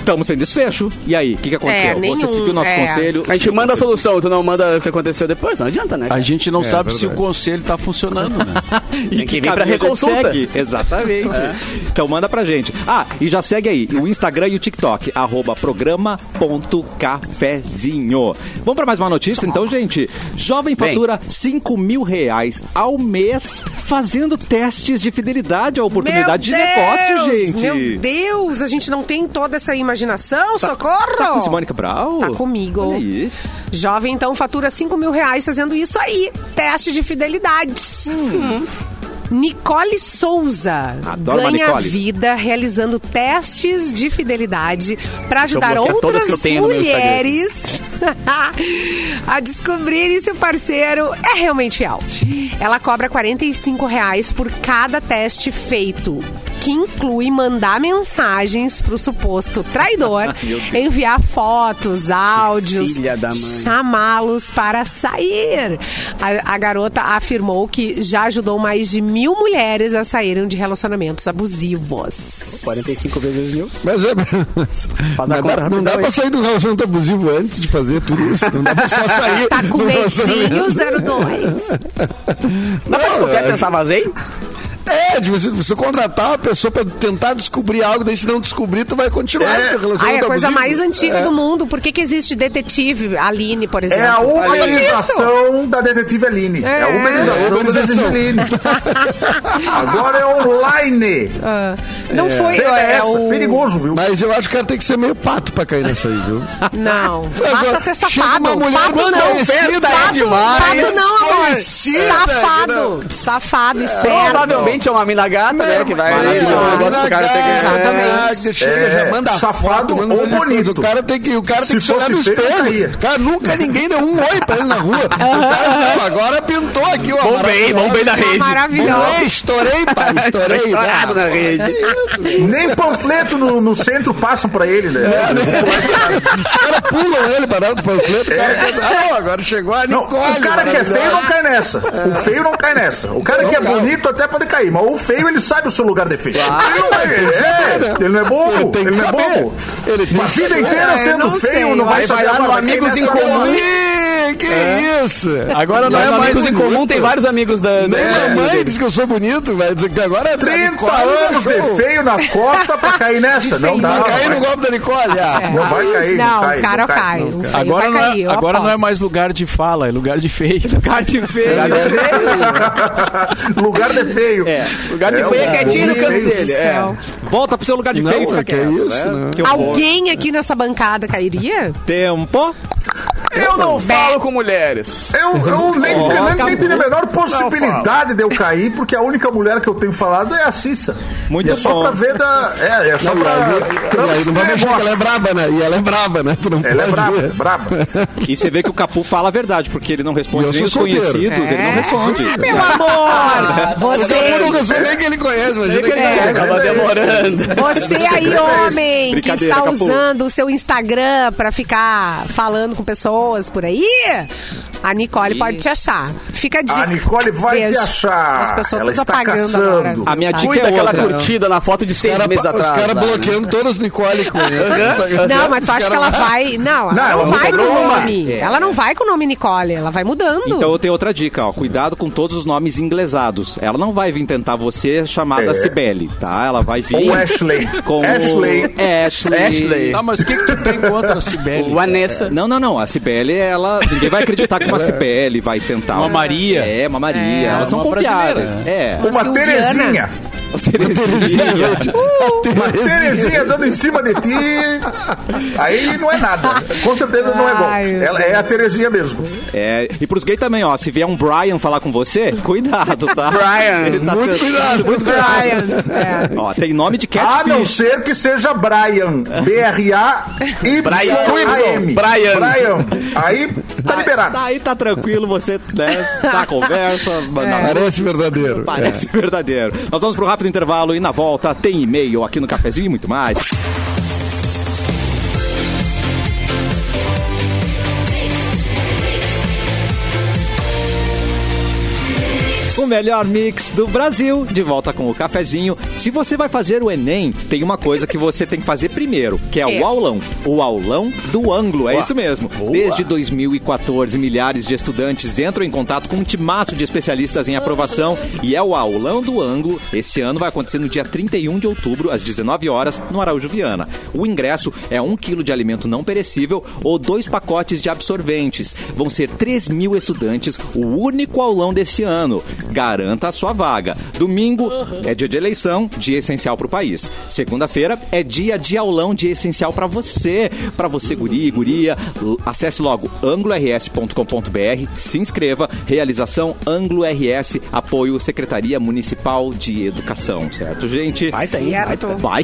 S1: Estamos sem desfecho. E aí, o que, que aconteceu?
S2: É, nenhum,
S1: você seguiu o nosso
S2: é.
S1: conselho?
S3: A gente manda a solução, tu não manda o que aconteceu depois, não adianta, né?
S7: A
S3: cara?
S7: gente não sabe se o conselho tá funcionando, né?
S1: E
S3: Tem que vir pra
S1: caminho a gente
S3: reconsulta.
S1: segue. Exatamente. Então manda pra gente. Ah, e já segue aí o Instagram e o TikTok, arroba programa.cafezinho. Vamos pra mais uma notícia então, gente? Jovem
S3: Vem.
S1: fatura 5 mil reais ao mês fazendo testes de fidelidade à oportunidade
S2: Meu
S1: de negócio,
S2: Deus,
S1: gente.
S2: Meu Deus, a gente não tem toda essa imaginação, socorro!
S1: Tá com Simone Cabral?
S2: Tá comigo.
S1: Olha aí.
S2: Jovem, então, fatura 5 mil reais fazendo isso aí. Teste de fidelidades. Hum. Nicole Souza
S1: Adoro uma
S2: ganha
S1: Nicole.
S2: vida realizando testes de fidelidade para ajudar
S3: bloquear todas
S2: outras
S3: que eu tenho no meu Instagram.
S2: mulheres a descobrirem se o parceiro é realmente fiel. Ela cobra 45 reais por cada teste feito, que inclui mandar mensagens pro suposto traidor, enviar fotos, áudios,
S3: filha da mãe.
S2: chamá-los para sair. A, a garota afirmou que já ajudou mais de mil mulheres a saírem de relacionamentos abusivos.
S3: 45 vezes mil.
S6: Mas é.
S3: Faz a
S6: mas
S3: conta
S6: dá, não
S3: rapidão,
S6: dá pra
S3: hein?
S6: sair do relacionamento abusivo antes de fazer tudo isso. Não dá pra só sair.
S2: Tá com
S6: do
S2: medinho
S6: relacionamento.
S2: 02.
S3: Não, mas
S6: Não,
S3: qualquer
S6: é-
S3: pensar, vazei?
S6: É, tipo, você precisa contratar uma pessoa pra tentar descobrir algo, daí se não descobrir, tu vai continuar
S2: Ai,
S6: no teu
S2: é
S6: relacionamento
S2: a coisa
S6: abusivo.
S2: mais antiga do mundo. Por que, que existe detetive Aline, por exemplo?
S9: É a
S2: Por causa disso.
S9: uberização da detetive Aline. É, a
S2: É.
S9: uberização da detetive
S6: Uberização.
S9: Aline. Agora é online.
S2: Não foi.
S9: Pega
S2: É,
S9: essa,
S2: o...
S9: perigoso, viu?
S6: Mas eu acho que o cara tem que ser meio pato pra cair nessa aí, viu?
S2: Não.
S6: Agora,
S2: Basta ser
S6: chega
S2: safado.
S6: uma mulher
S2: Pato
S6: quando
S2: não.
S6: conhecida,
S3: é demais.
S2: Pato não, amor.
S9: né?
S6: Conhecida,
S2: Safado. Safado, esperto.
S3: Provavelmente é uma mina gata, né? Que vai ali,
S6: Mas,
S3: o
S6: ah,
S3: negócio do cara tem que...
S2: Exatamente.
S6: é, Chega,
S9: É,
S6: já manda foto,
S9: safado
S6: manda
S9: ou
S6: qualquer coisa.
S9: bonito.
S6: O cara tem que, o cara
S9: Se
S6: tem que se olhar
S9: fosse
S6: no
S9: feio,
S6: espelho.
S9: caía.
S6: Cara, nunca ninguém deu um oi pra ele na rua. O cara, não, agora pintou aqui, ó.
S3: Bom bem, bom
S6: Tá
S3: bem É. na rede. Tá
S2: Maravilhoso.
S6: Estourei, é, estourei, pai, estourei.
S3: Estourado né? na rede.
S9: Nem panfleto no, no centro passam pra ele, né?
S6: É, Os caras pulam ele para dar o panfleto. o cara pensa, Ah, não, agora chegou a
S9: É. Não,
S6: Nicole.
S9: o cara que é
S6: maravilhosa.
S9: feio não cai nessa. O feio não cai nessa. O cara que é
S6: cai.
S9: bonito até pode cair, mas o feio ele sabe o seu lugar de feio. Ele não é, é, ele não é
S6: né? Ele
S9: bobo.
S6: tem que
S9: Ele não é
S6: saber.
S9: bobo.
S6: Ele tem
S9: Uma
S6: que
S9: vida
S6: saber.
S9: inteira
S2: É,
S9: sendo
S2: não
S9: feio,
S2: sei.
S9: não vai
S3: Aí vai
S9: saber.
S3: lá no
S9: agora,
S3: Amigos
S9: quem
S3: em
S9: nessa é
S3: Comum.
S9: bola?
S6: Ih, que isso?
S7: Agora não é
S6: Lá no
S7: mais
S3: Amigos
S6: Amigos
S3: em comum tem vários amigos da...
S6: Nem
S9: É,
S3: da-
S6: mamãe diz que eu sou bonito, vai dizer que agora é
S9: 30 anos de feio na costa pra cair nessa. Não dá.
S6: Vai
S9: não
S6: cair
S9: vai.
S6: no golpe da Nicole. Ah,
S9: Não vai cair, não
S2: É. Não,
S9: cai,
S2: o cara
S9: não cai,
S2: cai.
S9: não
S2: O feio
S7: Agora,
S2: vai
S7: não,
S2: cair,
S7: é,
S2: tá eu
S7: agora não é
S2: aposto.
S7: mais lugar de fala, é lugar de feio.
S1: Cara de feio.
S9: é Lugar de feio. É.
S3: Lugar de feio é quietinho no canto dele. É.
S1: Volta pro seu lugar de
S6: Não,
S1: feio e fica
S6: é que é
S1: quieto.
S6: isso,
S1: né?
S6: né?
S1: Que horror.
S2: Alguém aqui nessa bancada cairia?
S1: Tempo.
S3: Eu não falo com mulheres.
S9: Eu, eu nem, nem, nem tenho a menor possibilidade de eu cair, porque a única mulher que eu tenho falado é a Cissa.
S1: Muito
S9: e é só
S1: bom.
S9: pra ver da. É, é só
S6: Não, e
S9: pra.
S6: aí- e
S9: Trump
S6: aí não vai mexer, porque ela é braba, né? E ela é braba, né? Tu não
S9: Ela é
S6: pode
S9: braba,
S6: ver.
S9: braba.
S1: E você vê que o Capu fala a verdade, porque ele não responde
S6: E eu
S1: nem
S6: sou
S1: os
S6: solteiro.
S1: conhecidos, ele não
S2: É.
S1: responde.
S6: Ah,
S2: Meu amor!
S7: é
S6: Porque eu não
S2: Você,
S6: conheço nem que ele conhece, imagina que
S2: É.
S6: ele
S3: Tava demorando.
S2: você aí, homem, que
S1: Brincadeira,
S2: está
S1: Capu.
S2: usando o seu Instagram pra ficar falando com pessoas por aí, A Nicole pode te achar. Fica a dica.
S9: A Nicole vai
S2: Beijo.
S9: te achar.
S2: As pessoas
S9: Ela
S2: tudo
S9: está
S2: apagando
S9: caçando.
S2: agora.
S9: A
S2: sabe?
S1: minha dica
S3: Cuida
S1: é
S3: aquela
S1: outra, né?
S3: curtida na foto de seis
S6: Cara,
S3: meses
S6: os
S3: atrás. né?
S6: caras
S3: lá.
S6: bloqueando todas as Nicole com ele. Tá
S2: Não, mas tu acha
S6: Os
S2: que ela
S6: caras-
S2: vai. Não, ela
S9: Não,
S2: não,
S9: ela
S2: vai
S9: muda
S2: com o
S9: uma.
S2: nome.
S3: É.
S2: Ela não vai com o nome Nicole, ela vai mudando.
S1: Então eu tenho outra dica, ó. Cuidado com todos os nomes inglesados. Ela não vai vir tentar você chamada
S9: É.
S1: Cibele, tá? Ela vai vir.
S9: Ou Ashley.
S1: Como
S9: Ashley.
S1: Ashley. É.
S3: Ashley.
S7: Tá, mas o que, que tu tem contra a Cibele?
S3: O Vanessa.
S1: Não, não, não. A Cibele, ela. Ninguém vai acreditar que uma Cibele vai tentar.
S7: Uma Maria.
S1: É, uma Maria. Elas são
S7: uma
S1: confiáveis.
S7: brasileira.
S1: É.
S9: Uma
S2: Silviana.
S9: Terezinha. Terezinha dando em cima de ti. Aí não é nada. Com certeza não é bom.
S2: Ai, meu
S9: Ela é a Terezinha mesmo.
S1: É, e pros gays também, ó. Se vier um Brian falar com você, cuidado, tá?
S3: Brian,
S1: muito cuidado, Ah, muito
S2: Brian. É.
S1: Ó, tem nome de
S9: A não
S1: catfish.
S9: ser que seja Brian. B-R-A-Y-A-M.
S3: Brian. Brian.
S9: Brian. Aí tá liberado.
S1: Aí tá tranquilo, você, né, tá conversa, manda
S6: Parece verdadeiro. É,
S1: Parece verdadeiro. Nós vamos pro rápido intervalo e na volta tem e-mail aqui no Cafezinho e muito mais. O melhor mix do Brasil, de volta com o cafezinho. Se você vai fazer o Enem, tem uma coisa que você tem que fazer primeiro, que é
S2: É.
S1: o aulão. O aulão do ângulo, é isso mesmo. Desde 2014, milhares de estudantes entram em contato com um timaço de especialistas em aprovação e é o aulão do ângulo. Esse ano vai acontecer no dia 31 de outubro, às 19 horas, no Araújo Viana. O ingresso é um quilo de alimento não perecível ou dois pacotes de absorventes. Vão ser 3 mil estudantes, o único aulão desse ano. Garanta a sua vaga. Domingo é dia de eleição, dia essencial para o país. Segunda-feira é dia de aulão, dia essencial para você. Para você, guri, guria, l- acesse logo anglo-rs.com.br, se inscreva. Realização Anglo-RS, apoio Secretaria Municipal de Educação, certo, gente? Vai,
S2: Certo.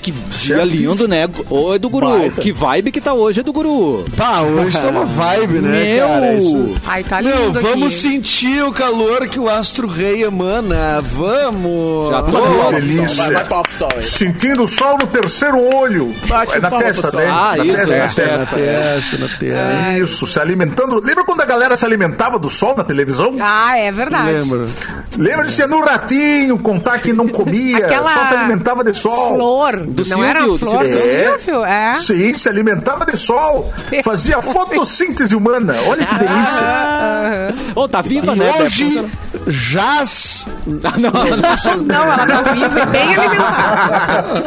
S1: que dia lindo, né? Ô, Edu Guru, que vibe que tá hoje, Edu Guru?
S6: Pá, hoje tá uma vibe, né,
S1: Meu!
S6: cara? Isso...
S2: Ai, tá lindo.
S6: Não, vamos
S2: aqui.
S6: sentir o calor que o Astro Rei emana. Vamos!
S1: Já tô-
S9: Oh,
S3: Vai, vai
S9: delícia.
S3: pra opção aí.
S9: Sentindo o sol no terceiro olho.
S3: Bate
S9: é na
S3: palma,
S9: testa,
S3: pessoal.
S9: né?
S1: Ah,
S9: na
S1: isso,
S9: testa,
S1: é.
S9: na
S6: Na
S9: testa.
S6: testa, na testa.
S9: Isso, se alimentando. Lembra quando a galera se alimentava do sol na televisão?
S2: Ah, é verdade.
S6: Lembro.
S9: Lembra de ser no ratinho, contar que não comia,
S2: Aquela
S9: só se alimentava de sol.
S2: Flor. não
S1: Silvio,
S2: era a
S1: do
S2: flor do
S9: Silvio. É.
S2: Silvio? É.
S9: Sim, se alimentava de sol. Fazia fotossíntese humana. Olha que delícia.
S1: Ô, tá viva, né?
S6: E
S1: Deve
S6: hoje,
S1: funcionar.
S2: É,
S6: jaz...
S1: Não, não,
S2: Não, ela tá viva e bem alimentada.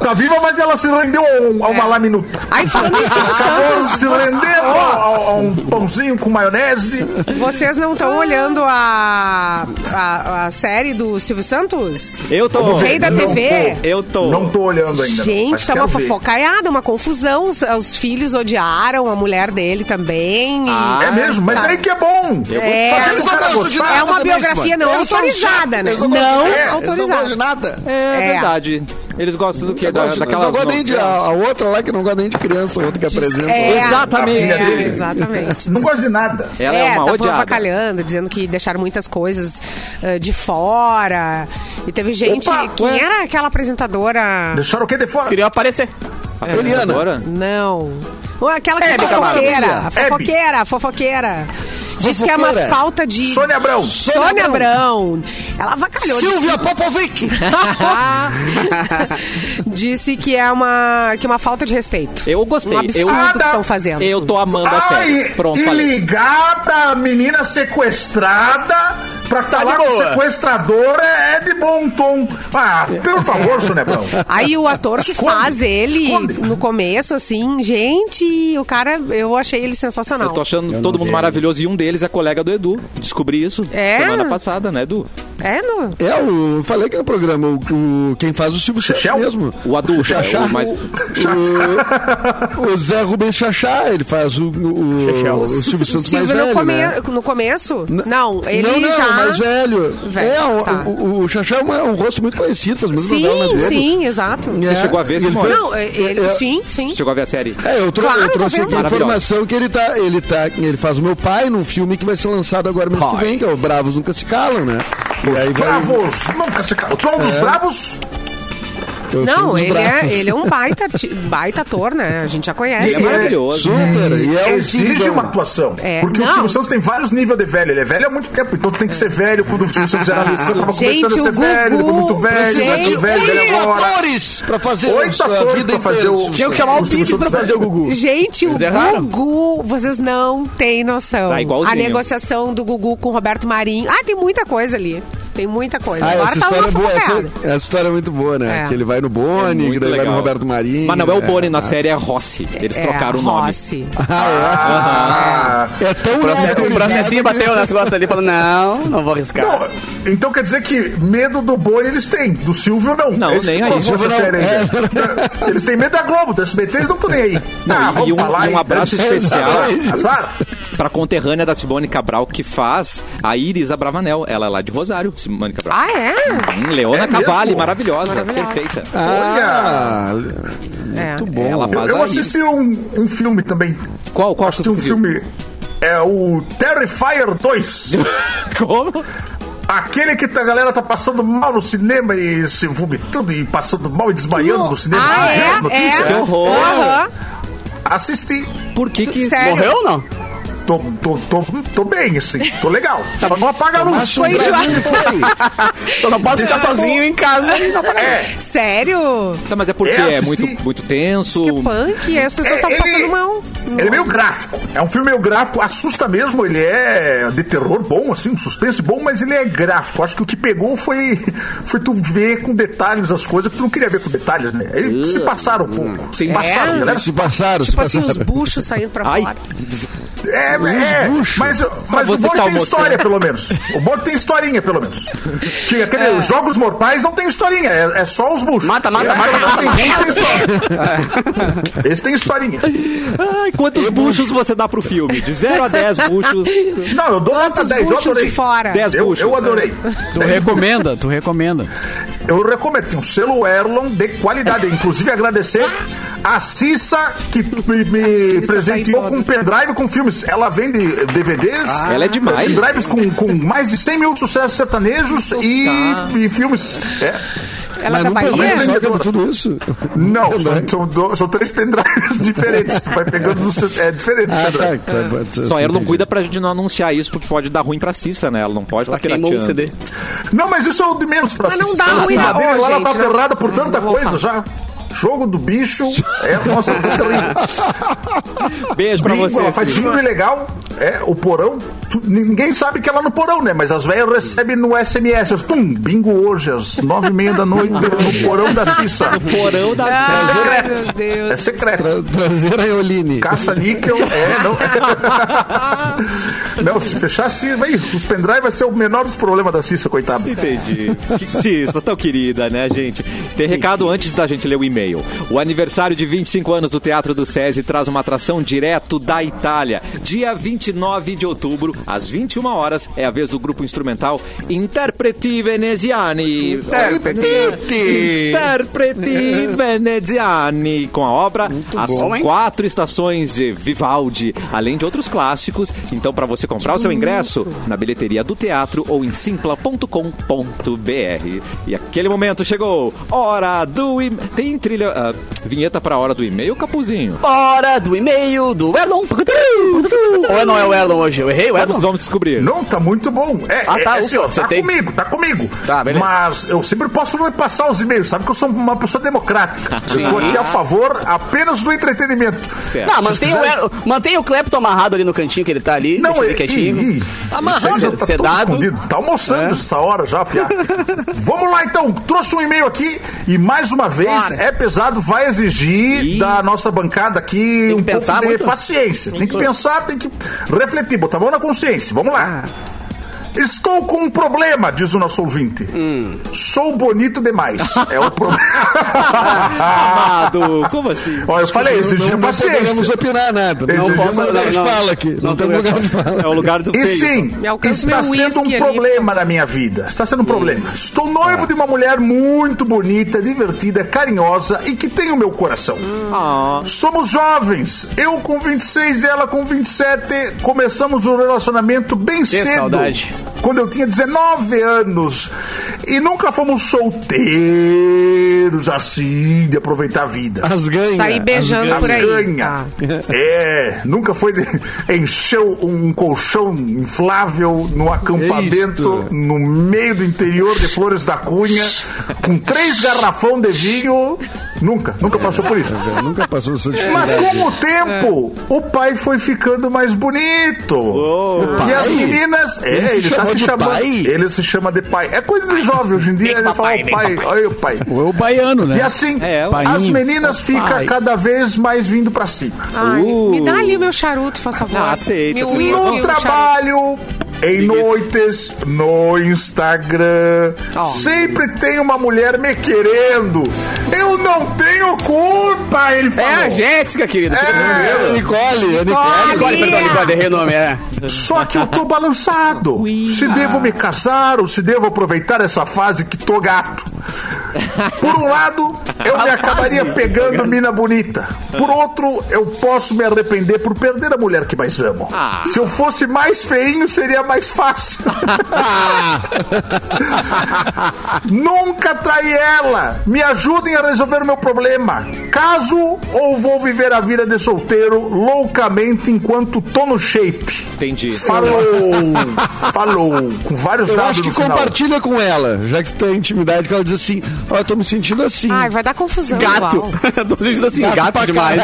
S9: Tá viva, mas ela se rendeu a, um- a uma
S1: É.
S9: laminuta.
S2: Aí falando em
S1: um
S2: Silvio
S9: Acabou
S2: Santos,
S9: de se render a, a- a um pãozinho com maionese.
S2: vocês não estão olhando a, a, a série do Silvio Santos?
S1: eu tô.
S2: O rei da
S9: Não
S2: TV?
S9: tô.
S1: Eu tô.
S9: Não tô olhando ainda. mas
S2: Gente, tá
S9: quero
S2: uma
S9: ver.
S2: fofocaiada, uma confusão. Os, os filhos odiaram a mulher dele também. e-
S1: Ah,
S2: Tá.
S9: É mesmo, mas
S1: tá.
S9: aí que é bom.
S2: É.
S9: Fazer
S6: Eles não
S9: o cara
S6: gostam de
S9: gostar.
S6: nada
S2: É uma
S6: também,
S2: biografia
S6: mano.
S2: não
S6: Eles são
S2: autorizada,
S6: chatos,
S2: né?
S6: eles gostam
S2: Não
S6: de- é, eles
S2: autorizada.
S6: Não gostam de nada.
S1: É,
S2: É.
S1: verdade. Eles gostam do que? Da, daquelas né?
S6: não gosta nem de a,
S1: novelas.
S6: a outra lá que não gosta nem de criança, a outra que apresenta.
S2: É,
S1: Exatamente.
S9: A filha dele.
S2: É, exatamente.
S9: Não gosto de nada.
S1: Ela é, uma
S2: tavam
S1: odiada.
S2: avacalhando, dizendo que deixaram muitas coisas ah, de fora. E teve gente.
S9: Opa,
S2: quem
S1: ué.
S2: era aquela apresentadora?
S9: Deixaram o quê de fora?
S3: Queria aparecer.
S6: Eliana.
S1: Agora?
S2: Não. Ué, Aquela que é
S3: Camargo.
S2: fofoqueira. A
S9: Hebe.
S2: fofoqueira, a fofoqueira. Diz que é uma
S6: Fofoqueira.
S2: falta de.
S9: Sônia Abrão.
S2: Sônia Abrão. Ela avacalhou. disse
S6: Silvia Popovic!
S2: Disse que é uma, que é uma falta de respeito.
S1: Eu gostei.
S2: Um absurdo
S1: eu,
S2: que estão fazendo.
S1: eu tô amando a série.
S9: Ai,
S1: Pronto,
S9: e
S1: falei.
S9: ligada, a menina sequestrada pra
S1: Tá
S3: de
S9: falar com
S3: boa.
S9: sequestradora é de bom tom. Ah, pelo favor, Sônia Abrão.
S2: Aí o ator que
S9: Esconde,
S2: faz ele
S9: esconde.
S2: no começo, assim, gente, o cara, eu achei ele sensacional.
S1: Eu tô achando todo mundo maravilhoso e um deles é colega do Edu. Descobri isso
S2: É?
S1: semana passada, né, Edu?
S2: É, no...
S6: É, o, falei que no programa, o, o- quem faz o Silvio Santos
S9: Chechel?
S6: mesmo.
S1: O Adu,
S6: Chachá.
S1: é o mais-
S6: O, o Zé Rubens Chachá, ele faz o, o, o Silvio Santos mais
S2: Silvio no,
S6: velho,
S2: come-
S6: né?
S2: no começo? Não, ele
S6: não, não,
S2: já...
S6: mais velho.
S2: Velho,
S6: é, o,
S2: tá.
S6: o, o Chachá é uma- um rosto muito conhecido, faz muito novela na
S2: Sim,
S6: Globo.
S2: sim, exato.
S6: É,
S1: chegou a ver,
S6: e ele
S1: Simone?
S6: fez-
S2: Não, ele,
S6: É,
S2: sim, sim.
S1: Chegou a ver a série.
S6: É, eu, trou
S2: Claro,
S6: eu
S2: tô
S6: trouxe
S2: vendo.
S6: aqui a
S1: Maravilhosa.
S6: informação que ele tá, ele tá, ele faz o meu pai num filme que vai ser lançado agora mês que vem, que é o Bravos Nunca Se Calam, né? E aí vai-
S9: Os bravos. Nunca se calou. Tu é um dos bravos?
S6: Eu sou
S2: Não,
S6: dos
S2: ele
S6: bravos.
S2: é, ele é um baita, arti- baita ator, né? A gente já conhece.
S1: Ele é
S2: né?
S1: maravilhoso.
S6: Super. E é um
S9: Exige
S6: sigão.
S9: uma atuação.
S2: É,
S9: porque o
S2: não.
S9: Silvio Santos tem vários níveis de velho. Ele é velho há muito tempo, então tu tem que ser velho. Quando o Silvio Santos era eu tava
S2: Gente,
S9: começando a ser
S2: o
S9: velho,
S2: Gugu,
S9: depois muito velho,
S2: gente,
S9: já muito velho, velho
S6: Oito
S9: agora.
S6: atores pra fazer
S9: Oito
S6: a
S9: atores
S6: vida
S9: pra fazer
S6: inteira.
S9: o.
S3: Tinha que chamar o
S9: Silvio
S3: Pires pra
S9: Santos
S3: fazer o
S9: velho.
S3: Gugu.
S2: Gente, o
S3: Eles erraram.
S2: Gugu, vocês não têm noção.
S1: Tá igualzinho.
S2: a negociação do Gugu com o Roberto Marinho. Ah, tem muita coisa ali. Tem muita coisa.
S6: Ah,
S2: Agora
S6: essa
S2: tá
S6: história
S2: uma
S6: é boa. Essa,
S2: fofocada.
S6: essa história é muito boa, né?
S2: É.
S6: Que ele vai no
S1: É
S6: Boni, que
S1: muito
S6: daí vai no
S1: legal.
S6: Roberto Marinho.
S1: Mas não é o Boni, na
S6: massa.
S1: série é Rossi. Eles trocaram o nome.
S2: É, Rossi.
S6: Ah,
S9: Ah,
S6: é. É tão
S3: Processo- O
S6: natural.
S3: processinho bateu nas costas ali e falou: não, não vou arriscar.
S9: Bom, então quer dizer que medo do Boni eles têm, do Silvio não.
S1: Não,
S9: eles
S1: nem
S9: que
S1: aí.
S9: provou
S1: Silvio
S9: essa
S1: não. É.
S9: série ainda. Eles têm medo da Globo, do SBT eles não estão nem aí. ah,
S1: Não, e- e,
S9: vamos falar
S1: um, e um
S9: aí.
S1: abraço especial
S9: Azar, azar.
S1: pra conterrânea da Simone Cabral que faz a Iris Abravanel. Ela é lá de Rosário, Simone Cabral.
S2: Ah, é?
S1: Hum, Leona
S9: É
S1: Cavalli,
S9: mesmo?
S1: maravilhosa,
S2: Maravilhosa.
S1: perfeita.
S6: Ah, muito
S2: É.
S6: bom.
S1: Ela
S9: Eu,
S1: faz
S9: eu
S1: a Iris.
S9: assisti um, um filme também.
S1: Qual, qual
S9: Assisti um filme. É o Terrifier 2.
S1: Como?
S9: Aquele que tá- a galera tá passando mal no cinema e se vomitando e passando mal e desmaiando no cinema.
S2: Ah,
S9: Vocês viram
S2: é?
S9: notícias?
S2: É.
S1: Que horror.
S2: Aham.
S9: Assisti.
S1: Por que que...
S2: Sério?
S3: Morreu ou não?
S9: Tô, tô, tô, tô bem, assim. Tô legal.
S1: Tá
S9: Só não apaga a luz.
S2: Foi enjoado.
S3: Eu não posso ficar sozinho em casa.
S9: É,
S2: Sério?
S1: Tá, mas é porque
S9: Eu
S1: é
S9: assisti.
S1: muito, muito tenso.
S2: Que é punk. As pessoas
S9: É,
S2: estão
S9: ele-
S2: tá passando mal. Tipo
S9: ele é meio gráfico. É um filme meio gráfico. Assusta mesmo. Ele é de terror bom, assim, um suspense bom, mas ele é gráfico. Acho que o que pegou foi, foi tu ver com detalhes as coisas que tu não queria ver com detalhes, né? Aí
S3: Ah,
S9: se passaram um
S3: hum.
S9: pouco. Se passaram,
S2: É?
S3: né?
S9: galera.
S6: Se passaram, se
S2: Tipo assim, os
S6: passaram.
S2: buchos saindo pra
S1: Ai,
S2: fora.
S9: É, é,
S6: buchos.
S9: mas,
S3: Ah,
S1: Mas
S9: mas o
S1: você tá
S9: Borg tem
S1: almoçando.
S9: história, pelo menos. O Borg tem historinha, pelo menos. Que aquele, Os Jogos Mortais não tem historinha, é, é só os buchos.
S3: Ah. Mata, mata,
S9: Esse
S3: mata,
S9: não
S3: mata,
S9: tem- não tem história. Esse tem historinha.
S1: Ai, quantos buchos você dá pro filme? De 0 a 10 buchos.
S9: Não, eu dou nota
S2: Quantos
S9: 10, eu
S2: buchos
S9: adorei.
S2: de fora?
S1: 10
S9: Eu,
S1: buchos.
S9: eu adorei.
S7: Tu recomenda, tu recomenda.
S9: Eu recomendo. Tem um selo Erlon de qualidade. Inclusive, agradecer a Cissa, que me, me
S2: Cissa
S9: presenteou
S2: tá em
S9: com um
S2: todas.
S9: pendrive com filmes. Ela vende DVDs.
S2: Ah,
S1: ela é demais.
S9: Pendrives com, com mais de 100 mil sucessos
S2: Tá.
S9: sertanejos e, e filmes. É.
S2: Ela tá
S6: não né?
S2: Bahia?
S6: pegou só que era tudo isso.
S9: Não, são, são do- são três pendrives diferentes. Vai pegando do, seu- é diferente.
S6: Ah,
S9: pendrive.
S6: tá. tá, tá
S1: Só ela não
S6: entendi.
S1: cuida pra gente não anunciar isso, porque pode dar ruim pra Cissa, né? Ela não pode estar tá
S3: Queimou o
S1: pirateando.
S3: CD.
S9: Não, mas isso é o de menos pra
S2: Mas não
S9: Cissa.
S2: dá
S9: Ela
S2: ruim,
S9: tá-
S2: não.
S9: dele,
S2: Ô,
S9: Ela
S2: gente,
S9: tá
S2: não-
S9: ferrada por tanta
S2: não vou
S9: coisa já. Jogo do bicho. É, nossa, tá terrível.
S1: Beijo pra
S9: Brinco,
S1: você.
S9: ela faz
S1: Cissa.
S9: filme legal, é, o porão. tu- ninguém sabe que ela é no porão, né? Mas as velhas recebem no SMS. elas, Tum, bingo hoje, às nove e meia da noite, no porão da Cissa.
S1: Porão da
S9: É
S2: Ai,
S9: secreto.
S2: Ah, meu Deus.
S9: É secreto.
S6: Tra- Trazer a Eoline.
S9: Caça-níquel, é, não. não, se fechar assim, vai, o pendrive vai ser o menor dos problemas da Cissa, coitado.
S1: Entendi. Que- Cissa, tão querida, né, gente? Tem recado antes da gente ler o e-mail. O aniversário de 25 anos do Teatro do SESI traz uma atração direto da Itália. Dia 29 de outubro, às 21 horas, é a vez do grupo instrumental Interpreti Veneziani.
S6: Tite.
S1: Interpreti Veneziani com a obra As
S3: bom, hein?
S1: Quatro Estações de Vivaldi, além de outros clássicos. Então, para você comprar o seu ingresso na bilheteria do teatro ou em simpla.com.br. E aquele momento chegou. Hora do e Tem trilha ah, vinheta para hora do e-mail, Capuzinho.
S3: Hora do e-mail do Erlon. Ou não é o Erlon hoje? Eu errei o Erlon?
S1: Vamos, vamos descobrir.
S9: Não, tá muito bom. É,
S3: Ah,
S9: é-
S3: tá,
S9: é assim,
S3: ufa,
S9: ó,
S3: você
S9: tá
S3: tem-
S9: comigo, tá comigo.
S3: Tá, beleza.
S9: Mas eu sempre posso repassar os e-mails, sabe que eu sou uma pessoa democrática. Eu tô aqui a favor apenas do entretenimento.
S1: Certo.
S3: Ah. Não,
S9: Se
S3: mantém o,
S9: quiserem-
S3: Erlon, mantém o Clepton amarrado ali no cantinho que ele tá ali.
S9: Não,
S3: deixa ele
S9: é-
S3: quietinho. Tá é
S9: ih, ih. Isso aí já tá todo
S3: sedado.
S9: escondido. Tá almoçando essa hora já, piá. Vamos lá então. Trouxe um e-mail aqui e mais uma vez é pesado, vai exigir da nossa bancada aqui
S3: que
S9: um pouco
S3: pensar
S9: de
S3: muito.
S9: paciência. Tem que pensar, tem que refletir, botar a mão na consciência. Vamos lá. Estou com um problema, diz o nosso ouvinte. Sou bonito demais. É o problema.
S1: Amado, como assim?
S9: Olha, eu falei, exigir
S6: Não, não
S9: paciência.
S6: podemos opinar nada.
S9: Exigimos-
S6: Não posso
S9: não,
S6: lugar de
S3: não.
S6: fala aqui. Não,
S3: Não
S6: tem
S3: tem
S6: lugar de
S1: É
S6: fala.
S1: o lugar do
S9: E
S1: feio.
S9: sim,
S2: Me alcança
S9: está
S2: meu
S9: sendo um
S2: whisky ali,
S9: problema na minha vida. Está sendo um problema. Estou noivo de uma mulher muito bonita, divertida, carinhosa e que tem o meu coração. Somos jovens. Eu com 26 e ela com 27. Começamos o relacionamento bem cedo.
S3: saudade.
S9: Quando eu tinha 19 anos. e nunca fomos solteiros assim, de aproveitar a vida.
S6: As ganhas.
S2: Sair beijando
S9: As
S2: por aí.
S9: ganha.
S2: Tá.
S9: É, nunca foi. De... Encheu um colchão inflável no acampamento,
S6: Isso.
S9: no meio do interior de Flores da Cunha, com três garrafão de vinho. Nunca, nunca passou por isso.
S6: Nunca passou essa dificuldade.
S9: Mas com o tempo, o pai foi ficando mais bonito. e as
S6: pai?
S9: meninas. É,
S6: Ele
S9: ele,
S6: se
S9: tá
S6: chamou
S9: se
S6: de
S9: chamando.
S6: pai?
S9: Ele se chama de pai. É coisa de jovem hoje em dia, ele fala o pai. Olha o pai.
S7: Ou é o baiano, né?
S9: E assim,
S1: É, o
S9: as
S7: painho.
S9: meninas ficam cada vez mais vindo pra cima.
S2: Ai,
S1: Uh.
S2: Me dá ali o meu charuto, faça favor.
S1: Ah, aceita,
S2: Meu
S1: aceita.
S2: uísque,
S9: No
S2: o charuto.
S9: trabalho, em noites, no Instagram.
S2: Ó.
S9: Sempre tem uma mulher me querendo. Eu não tenho culpa, ele
S3: É
S9: falou.
S3: a Jéssica, querida.
S9: É.
S6: A Nicole, a Nicole.
S3: Nicole, perdão, Nicole, errei o nome, é.
S9: Só que eu tô balançado. Se devo me casar ou se devo aproveitar essa fase que tô gato. Por um lado, eu me acabaria pegando mina bonita. Por outro, eu posso me arrepender por perder a mulher que mais amo. Se eu fosse mais feinho, seria mais fácil. Nunca traí ela. Me ajudem a resolver o meu problema. Caso ou vou viver a vida de solteiro loucamente enquanto tô no shape.
S1: Entendi.
S9: Falou! Falou! Com vários
S6: Eu
S9: dados
S6: acho que
S9: no final.
S6: compartilha com ela, já que você tem intimidade, que ela diz assim, ó, eu tô me sentindo assim.
S2: Ai, vai dar confusão.
S3: Gato.
S2: igual.
S3: Tô sentindo assim,
S6: Gato
S3: gato
S6: pra
S3: demais.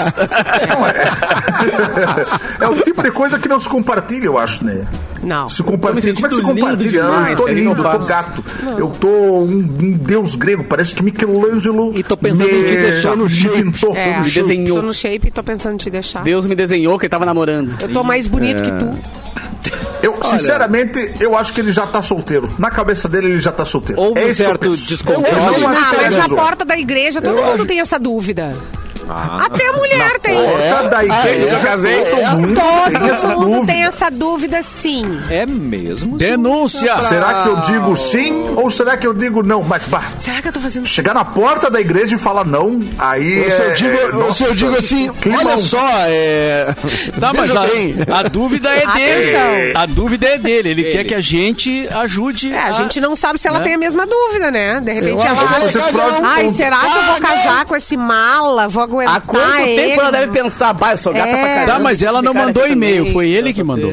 S9: É o tipo de coisa que não se compartilha, eu acho, né?
S2: Não.
S9: Se compartilha.
S3: Eu me
S9: Como
S3: sinto
S9: é que se
S3: lindo
S9: compartilha?
S3: demais,
S9: Ah, eu tô
S3: cara, eu
S9: lindo,
S3: não
S9: eu tô
S3: faço.
S9: gato. Eu tô um, um deus grego, parece que Michelangelo.
S1: E tô pensando em te deixar
S9: no pintou.
S2: É,
S3: Me desenhou.
S2: Tô no shape e tô pensando em te deixar.
S3: Deus me desenhou que ele tava namorando.
S2: Eu tô mais bonito que tu.
S9: Eu, sinceramente, eu acho que ele já tá solteiro. Na cabeça dele, ele já tá solteiro.
S1: Houve
S9: É
S1: um
S9: isso que eu
S1: certo
S9: penso.
S6: Eu
S1: descontrole.
S6: acho
S2: Ah,
S9: É. acho que
S2: mas
S9: ele
S2: na
S9: casou.
S2: porta da igreja todo mundo tem essa dúvida. Até a mulher tem.
S9: Porta
S2: Ah,
S9: da igreja, eu casei, todo mundo tem essa
S2: Todo mundo
S9: dúvida.
S2: tem essa dúvida, sim.
S1: É
S2: um
S1: mesmo?
S7: Denúncia!
S9: Será que eu digo sim ou será que eu digo não? Mas, bah,
S2: Será que eu tô fazendo
S9: chegar na porta da igreja e falar não, aí.
S6: Se eu
S9: é-
S6: digo,
S9: é-
S6: se eu
S9: nossa.
S6: digo assim,
S9: Climão.
S6: olha só, é...
S7: Tá, mas
S6: veja
S7: a,
S6: bem.
S7: a dúvida é dele.
S2: Atenção.
S7: A dúvida é dele. Ele, quer
S1: Ele.
S7: que a gente ajude.
S3: Ah,
S2: É, a gente não sabe se ela
S7: né?
S2: tem a mesma dúvida, né? De repente ela
S6: acho que
S2: acha.
S6: você prova-
S2: Ai, será que eu vou
S6: Ah,
S2: casar com esse mala? Vou aguentar.
S3: né?" Há quanto
S2: Ah, ele? né?"
S3: tempo ela deve pensar, bah, eu sou gata
S2: É.
S3: pra caramba.
S7: Tá, mas ela
S3: esse
S7: não
S3: cara
S7: mandou
S3: aqui
S7: e-mail,
S3: também.
S7: foi ele que mandou.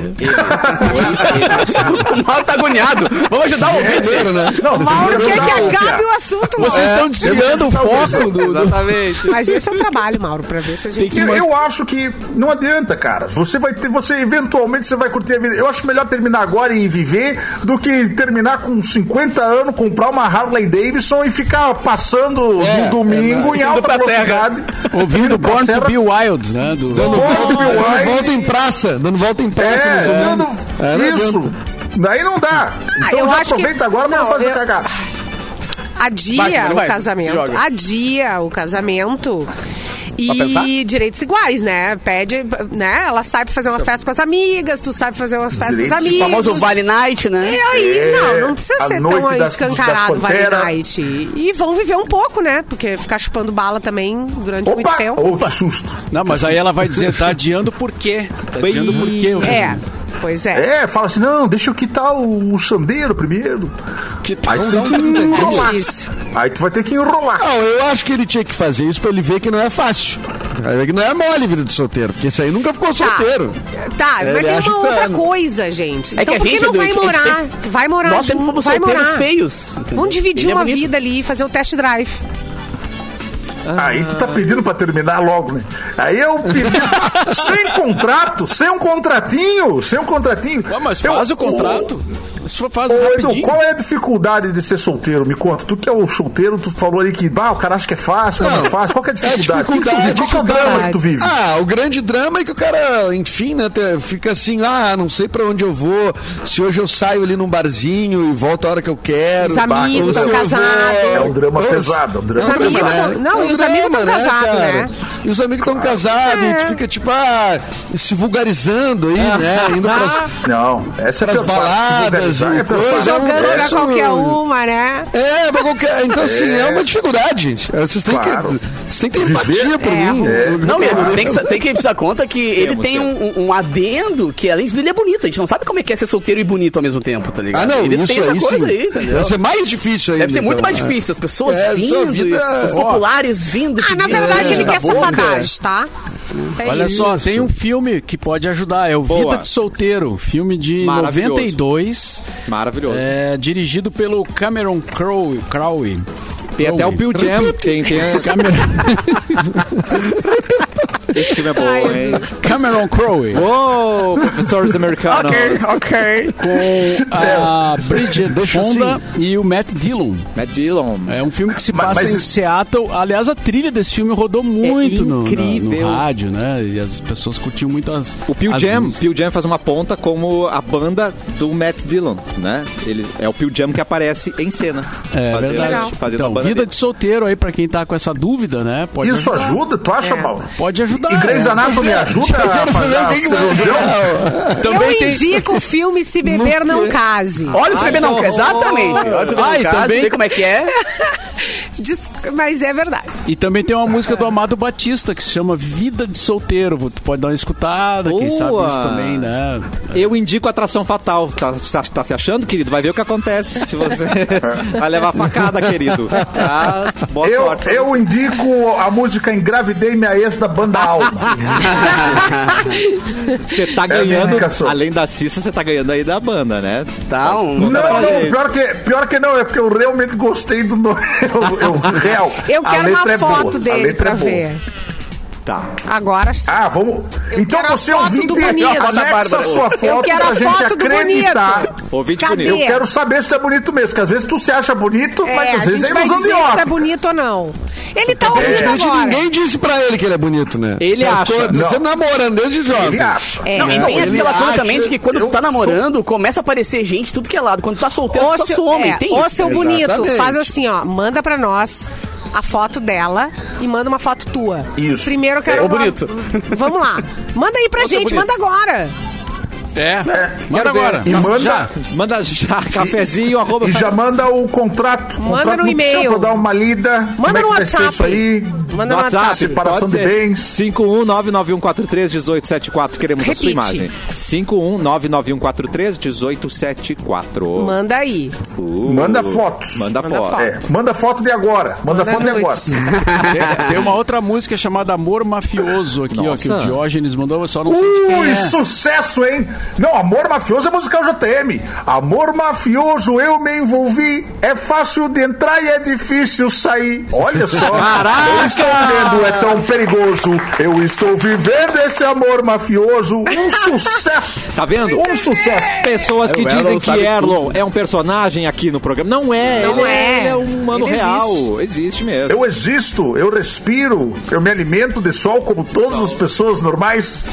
S3: O mal tá agoniado. Vamos ajudar o ouvinte.
S6: né?
S9: É, Não,
S2: Mauro quer que
S9: não,
S2: acabe o assunto, Mauro.
S7: Vocês estão desviando o foco do. do...
S1: Exatamente.
S2: Mas esse é o trabalho, Mauro, pra ver se a gente.
S9: Eu, eu acho que não adianta, cara. Você vai ter, você eventualmente você vai curtir a vida. Eu acho melhor terminar agora e viver do que terminar com 50 anos, comprar uma Harley Davidson e ficar passando
S6: É,
S9: no domingo
S6: é,
S9: em alta
S3: pra serra.
S9: velocidade.
S7: Ouvindo
S9: indo pra
S7: Born to
S9: serra.
S7: Be Wild, né? Do...
S6: Dando
S9: Born
S6: volta,
S9: to be
S6: dando
S9: wise.
S6: volta em praça, dando volta em praça.
S9: É,
S6: no domingo.
S9: dando
S6: É, não
S9: isso.
S6: adianta.
S9: Daí não dá. Então
S2: Ah, eu
S9: já
S2: acho que-
S9: aproveita agora, mas não,
S2: não,
S9: faz
S2: eu- Ah,
S9: a cagada.
S2: Adia
S3: Vai, Simone,
S2: o
S3: vai.
S2: casamento.
S3: Joga.
S2: Adia o casamento.
S3: pensar?
S2: E direitos iguais, né? Pede, né? Ela sai pra fazer uma festa com as amigas, tu sai pra fazer uma festa com
S9: Direitos
S2: os amigos.
S9: iguais.
S3: O famoso Vale Night, né?
S2: E aí,
S9: É,
S2: não, não precisa
S9: a
S2: ser
S9: noite
S2: tão
S9: das-
S2: escancarado
S9: das
S2: Vale
S9: Panteras.
S2: Night. E vão viver um pouco, né? Porque ficar chupando bala também durante muito
S9: Opa!
S2: tempo.
S9: Opa, susto.
S7: Não, mas aí ela vai dizer, tá adiando por quê? Tá adiando por quê? ô
S2: É,
S7: Regina?
S2: pois é.
S9: É, fala assim, não, deixa eu quitar o, o sandeiro primeiro.
S7: Que
S9: Aí tu tem que enrolar. Aí tu vai ter que enrolar.
S6: Não, eu acho que ele tinha que fazer isso pra ele ver que não é fácil. Pra ele ver que não é mole a vida de solteiro, porque isso aí nunca ficou
S2: Tá.
S6: solteiro.
S2: Tá,
S6: Ele
S2: mas tem
S6: acha
S2: uma
S6: que tá-
S2: outra coisa, gente.
S3: É que
S2: então
S3: a
S2: por que
S3: gente,
S2: não
S3: Edu, a
S2: vai
S3: gente
S2: morar?
S3: sempre-
S2: Vai morar
S3: Nós sempre
S2: junto,
S3: fomos
S2: vai
S3: solteiros
S2: morar.
S3: é feios. entendeu?
S2: Vamos dividir
S3: Ele é
S2: uma
S3: bonito.
S2: vida ali, fazer um test drive.
S9: Aí tu tá pedindo pra terminar logo, né? Aí eu pedi sem contrato, sem um contratinho, sem um contratinho.
S7: Ué, Ah, mas
S9: Eu-
S7: faz o contrato. Isso faz
S9: Ô, Edu,
S7: rapidinho.
S9: qual é a dificuldade de ser solteiro? Me conta. Tu que é o solteiro, tu falou ali que bah, o cara acha que é fácil, mas não é fácil. Qual que é a dificuldade? O que que tu vive? Qual que é o drama que tu vive?
S6: Ah, o grande drama é que o cara, enfim, né, te- fica assim, ah, não sei pra onde eu vou, se hoje eu saio ali num barzinho e volto a hora que eu quero.
S2: Os amigos
S6: Ou se
S2: tão
S6: eu vou-
S2: casados.
S9: É um drama
S6: Ou-
S9: pesado, é um drama
S6: É
S2: Os amigos
S6: pesado.
S2: tão- não,
S6: É um
S2: e os amigos tão casados,
S6: cara?
S2: né? É.
S6: E os amigos estão casados, e tu fica tipo, ah, se vulgarizando aí, né, indo pras...
S9: Não, essa é a
S6: Pras
S9: pior parte, se
S6: baladas, Brasil. Coisa,
S9: É pra-
S6: é um
S2: Jogando pra
S6: troço-
S2: qualquer uma, né?
S6: É, pra qualquer... Então, assim, é. uma dificuldade. Vocês têm,
S9: Claro.
S6: que... Vocês têm que ter empatia por
S2: É,
S6: mim.
S9: é.
S6: Eu-
S3: Não, e tem que, tem que se dar conta que ele tem um, um- um adendo que, além disso, ele é bonito. A gente não sabe como é que é ser solteiro e bonito ao mesmo tempo, tá ligado?
S6: Ah, não,
S3: ele
S6: isso
S3: tem essa
S6: aí
S3: coisa
S6: sim.
S3: aí, entendeu?
S6: Deve ser mais difícil ainda.
S3: Deve ser muito
S6: então,
S3: mais
S6: né?
S3: difícil. As pessoas
S6: É, sua
S3: vindo,
S6: vida-
S3: e os
S6: ó.
S3: populares vindo.
S2: Ah, na
S3: pedindo-
S2: verdade, ele
S3: Tá
S2: quer
S3: bom, cara.
S2: safadagem, tá? É
S7: Olha
S2: isso.
S7: só, tem um filme que pode ajudar, é o
S1: Boa.
S7: Vida de Solteiro, filme de
S1: Maravilhoso.
S7: 92,
S1: Maravilhoso.
S7: é, dirigido pelo Cameron Crowe. Crowe.
S1: Tem até o Bill Jam. Tem, tem. Esse filme é bom, hein?
S7: Cameron Crowe.
S1: Ô, professores americanos.
S3: Ok, ok.
S7: A Bridget Fonda e o Matt Dillon.
S1: Matt Dillon.
S7: É um filme que se
S9: Mas-
S7: passa
S9: mas
S7: em
S9: isso-
S7: Seattle. Aliás, a trilha desse filme rodou muito no, na- no
S1: incrível.
S7: rádio, né? E as pessoas curtiam muito as.
S1: O Pearl
S7: as
S1: Jam,
S7: músicas.
S1: Pearl Jam faz uma ponta como a banda do Matt Dillon, né? Ele é o Pearl Jam que aparece em cena.
S7: É
S1: Fazendo-
S7: verdade.
S1: fazendo a
S7: Então,
S1: banda
S7: vida
S1: dele.
S7: de solteiro aí, pra quem tá com essa dúvida, né? Pode
S9: Isso
S7: ajudar.
S9: ajuda? Tu acha, Paulo?
S7: Pode ajudar.
S9: E Grey's
S7: é.
S9: Anatomy ajuda a fazer a cirurgião?
S7: Também
S2: Eu
S7: tem-
S2: indico o filme Se Beber Não Case.
S3: Olha esse bebê não
S1: que
S3: quer. Exatamente. Olha esse bebê
S6: tá
S7: Ai,
S3: não quer.
S7: também-
S3: Vê como é que é.
S2: Dis- Mas é verdade.
S7: E também tem uma música do Amado Batista que se chama Vida de Solteiro. Tu pode dar uma escutada, quem sabe
S1: Boa.
S7: isso também, né?
S1: Eu indico Atração Fatal. Tá, tá- tá se achando, querido? Vai ver o que acontece se você vai levar facada, querido. Tá? Boa
S9: Eu,
S1: sorte.
S9: eu indico a música Engravidei Minha Ex da banda Alma.
S1: Você tá
S9: É minha
S1: ganhando,
S9: indicação.
S1: além da Cissa, você tá ganhando aí da banda, né?
S3: Tá um...
S9: Não,
S1: pra
S9: não,
S1: gente.
S9: pior que, pior que não, é porque eu realmente gostei do nome. Eu, eu, real,
S2: Eu
S9: a
S2: quero uma
S9: letra é boa,
S2: foto
S9: a
S2: dele
S9: letra
S2: pra
S9: é boa.
S2: ver.
S1: Tá.
S2: Agora sim.
S9: Ah, vamos. então
S2: quero a
S9: você
S2: foto
S9: ouvinte,
S2: do Bonito.
S9: anexa a sua foto
S2: Eu quero
S9: pra
S2: a
S9: gente
S2: foto do
S9: acreditar.
S2: bonito.
S1: Ouvinte
S2: Cadê?
S1: bonito.
S9: Eu quero saber se tu é bonito mesmo, porque às vezes tu se acha bonito,
S2: É,
S9: mas às
S2: a
S9: vezes é
S2: gente vai
S9: ilusão de
S2: dizer se tá
S9: ótica.
S2: bonito ou não. Ele tá ouvindo
S6: Aparentemente,
S2: agora.
S6: ninguém disse pra ele que ele é bonito, né?
S1: É, Ele
S6: Tá
S1: acha.
S6: todo-
S9: Não.
S6: Sempre namorando desde jovem.
S9: Ele acha.
S2: É.
S3: Não, então, e
S6: Não,
S3: tem
S6: ele
S3: aquela coisa
S6: acha-
S3: também de que quando
S9: eu
S3: tu tá
S9: sou-
S3: namorando, começa a aparecer gente tudo que é lado. Quando tu tá solteiro,
S2: Ô,
S3: tu só
S2: seu-
S3: some.
S2: é,
S3: Tem
S2: ô,
S3: isso.
S2: seu bonito,
S6: Exatamente.
S2: faz assim, ó. Manda pra nós a foto dela e manda uma foto tua.
S9: Isso.
S2: Primeiro eu quero...
S3: Ô,
S2: uma-
S3: bonito.
S2: Vamos lá. Manda aí pra gente, manda agora.
S7: É. Manda
S1: Quero ver.
S7: agora.
S9: E manda,
S7: Já.
S1: Manda já, cafezinho, arroba.
S9: E já manda o contrato.
S2: Manda
S9: contrato
S2: no
S9: nupcial
S2: e-mail.
S9: Pra dar uma lida. Como
S2: Manda
S9: é
S2: no
S9: que vai ser
S2: WhatsApp.
S9: isso aí?
S2: Manda no
S9: WhatsApp,
S2: WhatsApp.
S9: separação de bens.
S1: 51991431874. Queremos a sua
S2: Repite.
S1: imagem. 51991431874.
S2: Manda aí.
S1: Uh,
S9: Manda fotos.
S1: Manda foto.
S9: É, manda foto de agora. Manda, foto é de agora.
S2: noite.
S7: Tem, tem uma outra música chamada Amor Mafioso aqui, ó, que o
S1: Nossa.
S7: Diógenes mandou, eu só não sei de quem
S9: Ui,
S7: é.
S9: sucesso, hein? Não, Amor Mafioso é musical JTM. Amor Mafioso, eu me envolvi. É fácil de entrar e é difícil sair. Olha só. Eu estou vendo, é tão perigoso. Eu estou vivendo esse amor mafioso. Um sucesso.
S1: Tá vendo?
S9: Um sucesso.
S1: Pessoas que
S6: É, o Erlon
S1: dizem que
S6: sabe
S1: Erlon é um personagem aqui no programa. Não é,
S2: Não
S1: ele
S2: é.
S1: ele é um humano
S2: Ele
S1: real.
S2: existe.
S1: Existe, mesmo.
S9: Eu existo, eu respiro, eu me alimento de sol como todas as pessoas normais.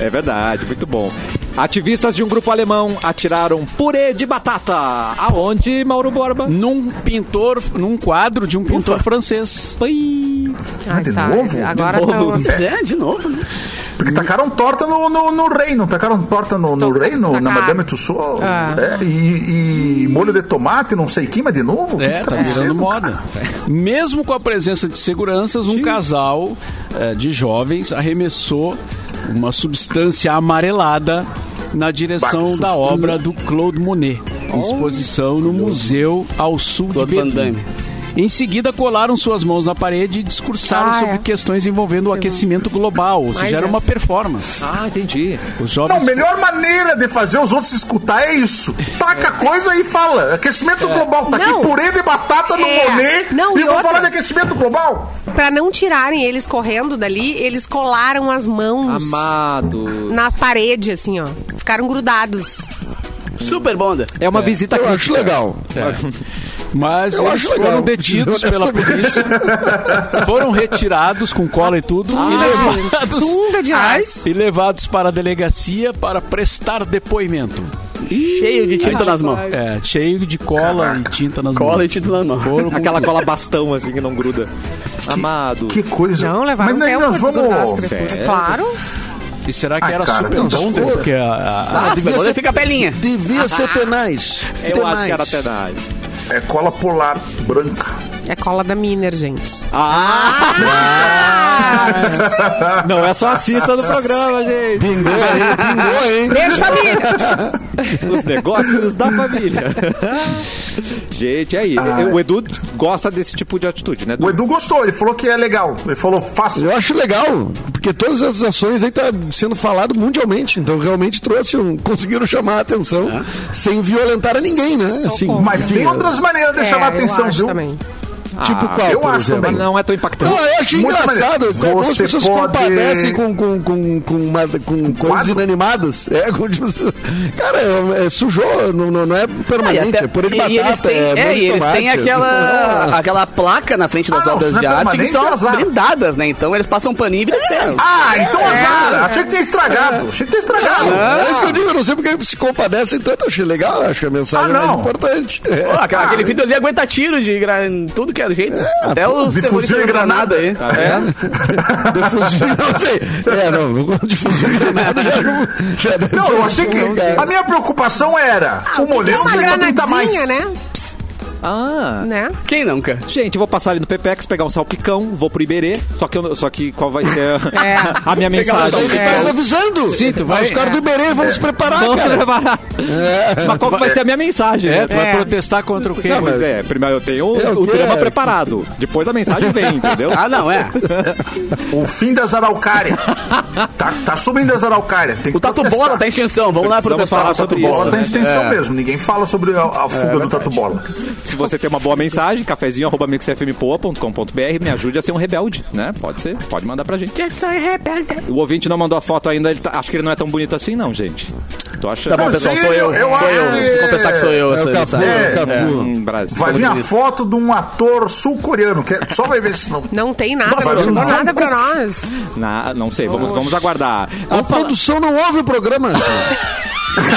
S1: É verdade, muito bom. Ativistas de um grupo alemão atiraram purê de batata. Aonde, Mauro Borba?
S7: Num pintor, num quadro de um pintor francês.
S1: Foi.
S9: Ah, de
S2: tá.
S9: novo?
S2: Agora
S1: De novo.
S2: tá...
S3: É, de novo. né?
S9: Porque tacaram torta no, no, no reino, tacaram torta no, no
S2: Tô-
S9: reino, na
S2: tacaram.
S9: Madame Tussauds,
S2: Ah.
S9: é, e, e molho de tomate, não sei que, mas de novo? O que
S7: É,
S9: que
S7: tá
S9: acontecendo,
S7: virando moda.
S9: cara?
S7: Mesmo com a presença de seguranças, um casal eh, de jovens arremessou uma substância amarelada na
S9: Bah, que
S7: direção
S9: susto.
S7: da obra do Claude Monet, em exposição no museu ao sul
S3: Claude
S7: de
S3: Van
S7: Berlim.
S3: Damme.
S7: Em seguida, colaram suas mãos na parede e discursaram
S2: Ah,
S7: sobre
S2: é.
S7: questões envolvendo o aquecimento global, ou seja, era uma
S2: essa.
S7: performance.
S1: Ah, entendi.
S7: Os
S9: Não,
S7: jovens
S9: a melhor maneira de fazer os outros se escutar é isso. Taca coisa e fala.
S7: É.
S9: Aquecimento global. Tá
S2: Não.
S9: aqui purê de batata no
S2: É.
S9: Monet
S2: Não,
S9: e
S2: e
S9: vou
S2: outra.
S9: falar de aquecimento global.
S2: Pra não tirarem eles correndo dali, eles colaram as mãos
S1: Amado.
S2: na parede, assim, ó. Ficaram grudados.
S3: Super bonda.
S1: É uma visita
S6: Eu
S1: crítica.
S6: acho legal.
S7: Mas
S6: Eu
S7: eles
S6: acho
S7: foram
S6: legal,
S7: detidos pela
S6: honestamente.
S7: polícia, foram retirados com cola e tudo e levados. Ah,
S2: Tunda de aço.
S7: E levados para a delegacia para prestar depoimento.
S3: Cheio de tinta nas mãos.
S7: É, cheio de cola e tinta nas mãos.
S3: Cola e tinta nas mãos.
S7: Foram com-
S1: Aquela cola bastão, assim, que não gruda. Amado.
S9: Que coisa.
S2: Não, levaram
S9: Mas
S2: um
S9: nós
S2: tempo pra desgrudar as
S9: vamos...
S2: criaturas. Claro.
S7: E será que
S9: Ah,
S7: era
S9: cara,
S7: super
S9: tantas
S7: bom?
S6: coisas.
S7: Porque a- a-
S3: Ah,
S6: devia
S3: mas
S6: ser-
S3: fica a pelinha.
S6: Devia
S3: Ah,
S6: ser tenaz.
S1: Eu acho que era até nice.
S9: É cola polar branca.
S2: É cola da Miner, gente.
S1: Ah! Não é só assista no programa, gente.
S6: Pingou, hein? Pingou, hein?
S2: Beijo, família!
S1: Os negócios da família. gente, aí. O Edu gosta desse tipo de atitude, né?
S9: O
S1: Edu?
S9: Edu gostou, ele falou que é legal. Ele falou, faça.
S6: Eu acho legal, porque todas essas ações aí tá sendo falado mundialmente. Então realmente trouxe um, conseguiram chamar a atenção
S3: É.
S6: sem violentar a ninguém, né? Assim,
S9: Mas tem
S6: enfim,
S9: outras maneiras de chamar
S2: É, eu
S9: atenção,
S2: acho
S9: viu?
S2: Também.
S6: Tipo qual,
S9: eu
S6: por
S9: acho
S6: exemplo?
S9: também.
S1: Mas não é tão impactante.
S6: Não, Ah, eu achei
S9: Muito
S6: engraçado.
S9: maneiro.
S6: Como as
S9: Você
S6: pessoas
S9: pode-
S6: compadecem com, com, com, com, uma- com coisas
S9: quadro?
S6: inanimadas. É, com, cara, é, é, sujou, não, não, não é permanente,
S3: até-
S6: é purê de
S3: e- e eles
S6: batata,
S3: têm,
S6: é,
S3: é,
S6: molho de
S3: e eles têm
S6: tomate.
S3: aquela, aquela placa na frente das
S9: Ah, não,
S3: obras
S9: se não é
S3: de arte que
S9: permanente,
S3: são
S9: é azar.
S3: blindadas, né? Então eles passam um paninho e vida que segue.
S9: Ah, então
S2: É.
S9: azar. Achei que tinha estragado. Achei que tinha estragado.
S6: É isso que eu digo, eu não sei porque se compadecem tanto, eu achei legal, acho que a mensagem é
S9: Ah,
S6: mais
S9: não.
S6: importante.
S3: Pô, aquela- aquele vídeo ali aguenta tiro de gra- tudo que é jeito. Até os
S9: de
S3: terroristas
S9: fuzil e
S3: de granada
S9: granada.
S3: aí. É?
S1: Tá vendo?
S6: De fuzil, não sei. É, não, não de fuzil granada já não. Já deve
S9: Não,
S6: ser
S9: eu achei que.
S6: um lugar.
S9: A minha preocupação era. o
S2: Deu
S9: Moledo
S2: uma
S9: ainda pinta mais.
S2: granadinha, né?
S1: Ah.
S2: né?
S3: Quem nunca?
S1: Gente, eu vou passar ali no Pepex, pegar um salpicão, vou pro Iberê, só que, eu não- só que qual vai ser a,
S2: É.
S1: a minha
S6: Mas
S1: mensagem?
S6: aí tu tá avisando.
S7: Sim, tu vai-
S6: Os caras do Iberê
S3: É.
S6: vão se preparar,
S1: Vamos
S6: cara.
S1: preparar. Mas qual que vai ser a minha mensagem?
S7: É,
S1: né?
S7: tu vai
S2: É.
S7: protestar contra o quê?
S6: Não,
S1: Pois é, primeiro eu tenho o,
S6: É, o
S1: o
S6: quê?
S1: drama preparado, depois a mensagem vem, entendeu?
S3: Ah, não, é.
S9: O fim das araucárias. tá, tá subindo as araucárias. Tem que
S3: O Tatu
S9: protestar.
S3: Bola tá em extinção. Vamos lá
S1: Precisamos
S3: protestar.
S1: falar
S9: O Tatu
S1: sobre
S9: Bola
S1: isso,
S9: tá
S1: né?
S9: em extensão
S3: É.
S9: mesmo. Ninguém fala sobre a, a fuga do Tatu Bola.
S1: Se você tem uma boa mensagem, cafezinho arroba mixfmpoa.com.br, me ajude a ser um rebelde, né? Pode ser, pode mandar pra gente.
S2: Eu sou um rebelde.
S1: O ouvinte não mandou a foto ainda, ele tá- acho que ele não é tão bonito assim, não, gente. Tô achando.
S3: Tá bom,
S9: Mas
S3: pessoal,
S9: eu-
S3: sou eu.
S9: eu
S3: sou
S9: acho
S3: eu.
S9: que-
S3: Preciso confessar que sou eu.
S6: É
S3: essa
S6: o Capu,
S3: mensagem.
S6: é o
S1: É,
S6: Capu.
S1: um Brasil.
S9: Vai vir a foto de um ator sul-coreano. que é- Só vai ver se não.
S2: Não tem nada,
S9: Nossa,
S2: não
S9: mas
S2: chegou
S9: não-
S2: nada pra nós.
S1: Na- não sei, vamos, vamos aguardar.
S6: A
S1: Vamos falar-
S6: produção não ouve o programa. né, senhor.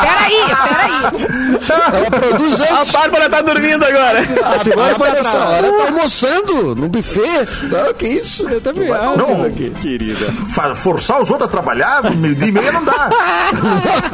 S2: Peraí, peraí.
S6: Ela produz
S3: A
S6: antes.
S3: Bárbara tá dormindo agora.
S6: A
S1: semana
S6: Bárbara,
S1: pra
S6: essa
S1: trás.
S6: hora tá almoçando no buffet. Não, que isso? Eu também acho.
S9: Não.
S6: aqui.
S1: Querida.
S9: Fa- Forçar os outros a trabalhar, meio-dia e meia não dá.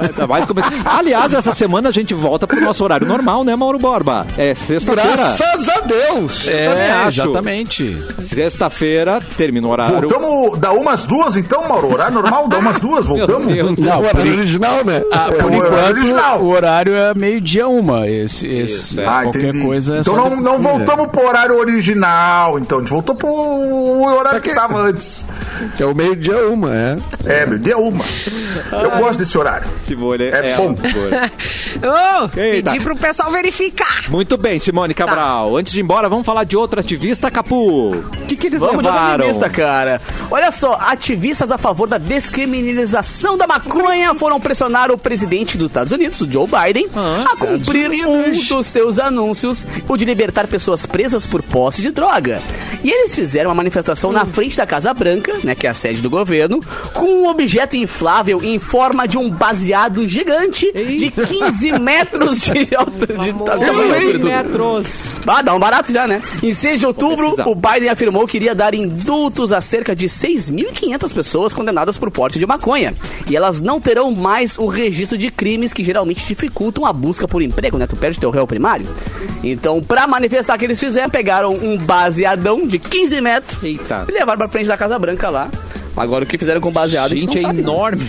S1: Ainda mais come- Aliás, essa semana a gente volta pro nosso horário normal, né, Mauro Borba? É sexta-feira.
S6: Graças a Deus.
S1: Eu também
S7: É,
S1: acho.
S7: exatamente.
S1: Sexta-feira, termina o horário.
S9: Voltamos, dá umas duas então, Mauro. Horário normal, dá umas duas, voltamos.
S1: Meu Deus.
S7: Não,
S6: Ah, o
S7: Ah,
S6: horário original,
S7: por en-
S6: né?
S7: Ah,
S9: É
S7: por
S9: o horário original.
S7: enquanto, o horário é meio-dia uma. Esse, esse,
S9: Ah,
S7: qualquer
S9: entendi.
S7: coisa é
S9: então
S7: só
S9: não,
S7: depois.
S9: não voltamos pro horário original, então. A gente voltou pro horário
S6: Pra quê?
S9: que tava antes.
S6: Que é o meio-dia uma, é.
S9: É, meu, deu uma. Eu gosto desse horário.
S1: Simone,
S9: É
S1: é
S9: bom.
S1: Simone.
S2: Ô,
S1: Eita.
S2: pedi pro pessoal verificar.
S1: Muito bem, Simone Cabral.
S6: Tá.
S1: Antes de ir embora, vamos falar de outro ativista, Capu. O que, que eles
S3: Vamos de outra
S1: levaram? É
S3: entrevista, cara. Olha só, ativistas a favor da descriminalização da maconha foram pressionar o presidente dos Estados Unidos, o Joe Biden,
S1: Ah,
S3: a cumprir um
S6: Unidos.
S3: dos seus anúncios, o de libertar pessoas presas por posse de droga. E eles fizeram uma manifestação
S1: Hum.
S3: na frente da Casa Branca, né, que é a sede do governo, com um objeto inflável em forma de um baseado gigante de 15 metros de alto. De, tamanho,
S6: Ei,
S3: altura.
S1: Metros.
S3: Ah, dá um barato já, né? Em 6 de outubro,
S1: pesquisar.
S3: o Biden afirmou que iria dar indultos a cerca de 6.500 pessoas condenadas por porte de maconha. E elas não terão mais o registro de crimes que geralmente dificultam a busca por emprego, né? Tu perde teu réu primário. Então, pra manifestar o que eles fizeram, pegaram um baseadão de 15 metros
S1: Eita.
S3: e levaram pra frente da Casa Branca lá. Agora, o que fizeram com o baseado, a
S1: Gente,
S3: não
S1: é
S3: sabe, né?
S1: enorme.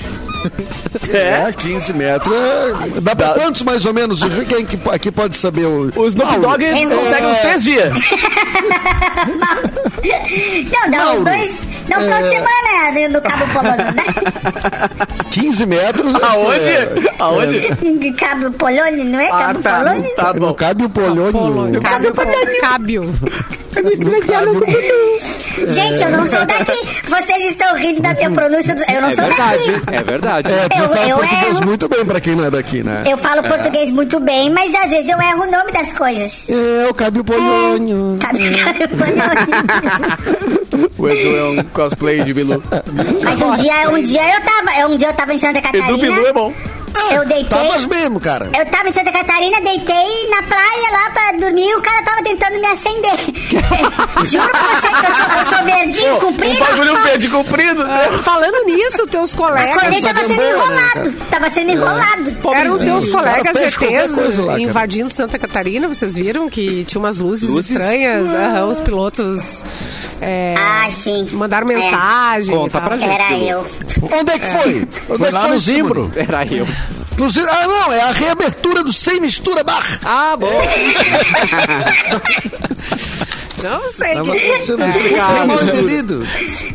S3: É.
S6: É, 15 metros. é- Dá pra
S3: Dá-
S6: quantos mais ou menos? Quem que- aqui pode saber? O...
S3: O Snoop
S6: Mauro.
S3: Dogg
S8: é-
S3: consegue uns 3 dias.
S8: Não, dá
S6: Mauro,
S8: uns dois. Dá um
S3: É.
S8: final de semana né, no Cabo Polônio, né?
S6: 15 metros. é-
S3: Aonde? Aonde?
S8: Cabo Polônio, não é
S3: Ah,
S8: Cabo
S3: tá.
S8: Polônio?
S3: Tá
S6: Não
S3: bom.
S6: cabe o polônio.
S2: Cábio. Cábio.
S8: Gente, eu não sou daqui. Vocês estão rindo da minha pronúncia. Do... Eu não
S1: É
S8: sou
S1: verdade,
S8: daqui.
S1: é verdade.
S6: É, tu
S8: Eu-
S6: fala
S8: eu
S6: português
S8: erro.
S6: muito bem pra quem não é daqui, né?
S8: Eu falo português muito bem, mas às vezes eu erro o nome das coisas. Tá,
S6: Eu cabe o polônio.
S8: Cabo, Cabo Polônio.
S3: O Edu é um cosplay de Bilu.
S8: Mas um dia, um dia eu tava. Um dia eu tava em Santa
S3: Edu Bilu é
S8: Catarina.
S3: bom.
S8: Eu deitei.
S6: Tá, mas mesmo, cara.
S8: Eu tava em Santa Catarina, deitei na praia lá pra dormir dormir e o cara tava tentando me acender. Juro pra você que eu sou, eu sou verdinho,
S3: Um
S8: comprido.
S3: bagulho verde comprido.
S6: né?
S2: Falando nisso, teus
S8: Tá A
S2: colegas.
S8: colher tava sendo enrolado. Tava sendo enrolado.
S2: Eram teus colegas
S6: fez qualquer
S2: ETs
S6: coisa lá, cara.
S2: invadindo Santa Catarina, vocês viram que tinha umas luzes,
S1: Luzes?
S2: estranhas. Aham, os pilotos é,
S8: Ah, sim.
S2: mandaram
S8: É.
S2: mensagem. e
S1: Conta
S2: tal. É.
S1: pra gente.
S8: Era
S1: Bilu.
S8: eu.
S6: Onde é que foi? Onde é
S7: Foi
S6: que
S7: lá
S6: foi
S7: no
S6: isso,
S7: Zimbro.
S6: mano?
S1: Era Ah, eu.
S6: No Zimbro. Ah, não, é a reabertura do Sem Mistura Bar.
S1: Ah, bom.
S2: Não sei.
S6: Ah,
S2: que-
S6: mas Você não
S7: Cara,
S6: explicou,
S7: Zimbro.
S6: entendido?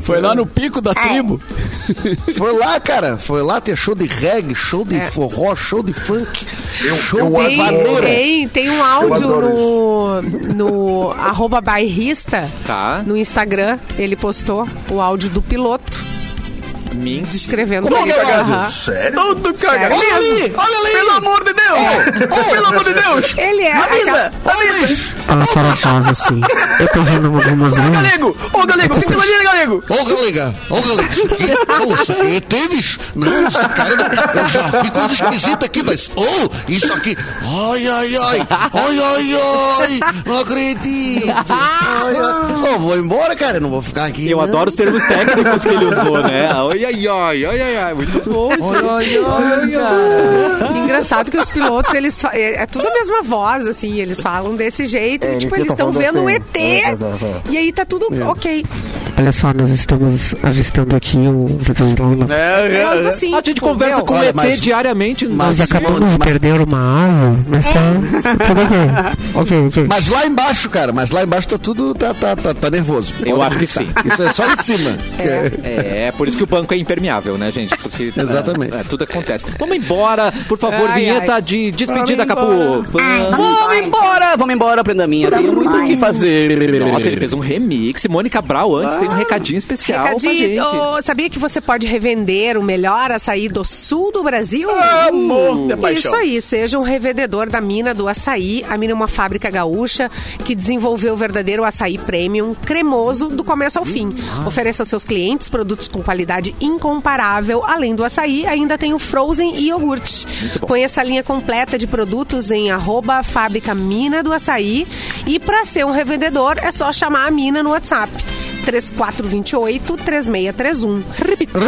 S7: Foi lá no pico da tribo.
S6: Foi lá, cara. Foi lá ter show de reggae, show de forró, show de funk, show
S9: eu
S6: de
S2: Tem,
S9: adoro.
S6: vaneira.
S2: tem, tem um áudio no, no arroba bairrista
S1: Tá.
S2: no Instagram. Ele postou o áudio do piloto
S1: Mentira.
S2: descrevendo
S6: Como
S2: ele.
S6: que é,
S2: Aham.
S9: Sério?
S3: Todo cagado.
S2: Sério?
S6: Olha ali, olha ali.
S3: Pelo amor de Deus! Pelo amor de Deus!
S2: Ele é.
S3: Avisa!
S6: Olha isso.
S10: Ela farofosa, assim. Eu tô vendo algumas
S3: Ô,
S10: vezes.
S3: galego! Ô, galego! Que pelo ali, galego!
S6: Ô, galera, ô, galera, isso aqui, ô, isso aqui é tênis? Não, esse cara, não- eu já vi coisa esquisita aqui, mas, ô, isso aqui, ai, ai, ai, ai, ai, ai, não acredito. Ai, ai. Ô, vou embora, cara, não vou ficar aqui. né?
S1: Eu
S6: não.
S1: adoro os termos técnicos que ele usou, né? Ai, ai, ai, ai, ai, ai. Muito bom.
S6: Ai, ai, ai, cara.
S2: Engraçado que os pilotos, eles fa- é, é tudo a mesma voz, assim, eles falam desse jeito, e, tipo,
S10: É, eles
S2: eles estão
S10: ficam
S2: vendo um
S10: falando
S2: ET,
S10: assim.
S2: e aí tá tudo ok.
S10: Olha só, nós estamos avistando aqui um Zedlona.
S2: Mas assim,
S1: É, A gente
S2: tipo,
S1: conversa
S2: meu,
S1: com o
S6: Olha,
S1: ET
S6: mas-
S1: diariamente.
S10: Nós acabamos de perder uma asa, mas tá. Tudo ok. Ok, ok.
S6: Mas lá embaixo, cara, mas lá embaixo tá tudo, tá, tá, tá, tá nervoso.
S1: Eu
S6: Pode
S1: acho que
S6: acreditar.
S1: sim.
S6: Isso é só em cima.
S1: É, por isso que o banco é impermeável, né, gente? Porque
S6: Exatamente.
S1: é, tudo acontece. Vamos embora, por favor,
S2: Ai,
S1: vinheta
S2: ai.
S1: de despedida, Capu.
S3: Vamos
S8: Ai,
S3: Vamos
S8: vamos embora.
S3: embora! Vamos embora, prenda minha. Tem muito o que fazer.
S1: Nossa, ele fez um remix. Mônica Brau antes teve um recadinho especial
S2: Ah, Recadinho,
S1: pra gente.
S2: Ô, sabia que você pode revender o melhor açaí do sul do Brasil? Uh,
S3: Amor da paixão.
S2: Isso aí, seja um revendedor da mina do açaí. A mina é uma fábrica gaúcha que desenvolveu o verdadeiro açaí premium, cremoso, do começo ao fim.
S1: Hum.
S2: Ofereça aos seus clientes produtos com qualidade incomparável. Além do açaí, ainda tem o frozen e iogurte. Conheça a linha completa de produtos em arroba fábrica mina do açaí. E para ser um revendedor, é só chamar a mina no WhatsApp. 3428-3631. Repita.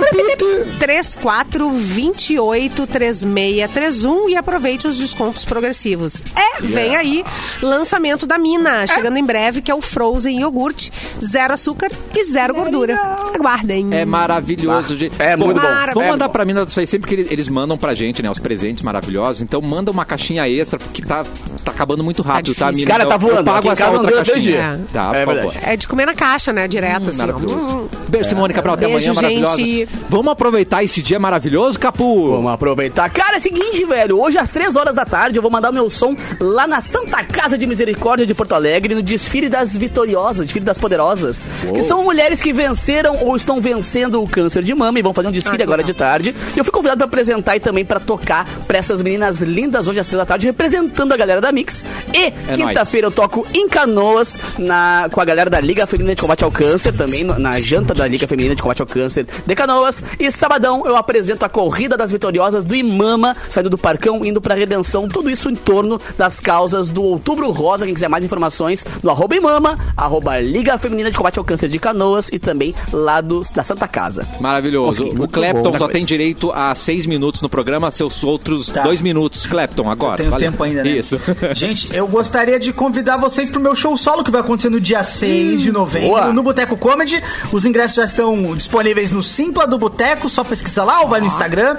S2: 3428-3631 e aproveite os descontos progressivos. É, vem aí, lançamento da Mina, chegando em breve, que é o Frozen Iogurte, zero açúcar e zero gordura. Aguardem.
S1: É maravilhoso, gente.
S3: é muito bom.
S1: Vamos
S2: É
S1: mandar pra mina do açaí sempre que eles, eles mandam pra gente, né? Os presentes maravilhosos. Então manda uma caixinha extra, porque tá, tá acabando muito rápido, tá,
S2: difícil.
S1: mina?
S3: Cara,
S1: Então,
S3: tá
S1: eu
S3: voando. Aqui
S1: pago
S3: em
S1: essa
S3: casa não
S1: outra
S3: deu dois
S1: caixinha.
S2: dias.
S1: Tá,
S3: É
S1: por
S3: verdade.
S1: favor.
S2: É de comer na caixa, né? Direto, assim. ó. Hum.
S1: Maravilhoso. Beijo, Simone Cabral. Até
S2: Beijo,
S1: amanhã,
S2: gente.
S1: maravilhosa. Vamos aproveitar esse dia maravilhoso, Capu.
S3: Vamos aproveitar. Cara, é o seguinte, velho. Hoje, às 3 horas da tarde, eu vou mandar o meu som lá na Santa Casa de Misericórdia de Porto Alegre, no desfile das vitoriosas, desfile das poderosas, que são mulheres que venceram ou estão vencendo o câncer de mama e vão fazer um desfile agora de tarde. E eu fui convidado pra apresentar e também pra tocar pra essas meninas lindas hoje às 3 da tarde, representando a galera da Mix. E quinta-feira eu toco em Canoas na, com a galera da Liga Feminina de Combate ao Câncer, também no- na janta da Liga Feminina de Combate ao Câncer de Canoas. E sabadão eu apresento a Corrida das Vitoriosas do Imama, saindo do Parcão, indo pra Redenção. Tudo isso em torno das causas do Outubro Rosa. Quem quiser mais informações, no arroba Imama, arroba Liga Feminina de Combate ao Câncer de Canoas e também lá do, da Santa Casa.
S1: Maravilhoso.
S3: Consegui.
S1: o
S3: Muito
S1: Clapton
S3: boa
S1: só
S3: coisa.
S1: tem direito a seis minutos no programa, seus outros
S4: Tá.
S1: dois minutos. Clapton, agora.
S4: Tenho
S1: Valeu.
S4: tempo ainda, né?
S1: Isso.
S4: Gente, eu gostaria de convidar vocês pro meu show solo que vai acontecer no dia 6
S9: Hum,
S4: de novembro
S3: boa.
S4: no Boteco Comedy. Os ingressos já estão disponíveis no Simpla do Boteco, só pesquisa lá ou
S9: Ah.
S4: vai no Instagram.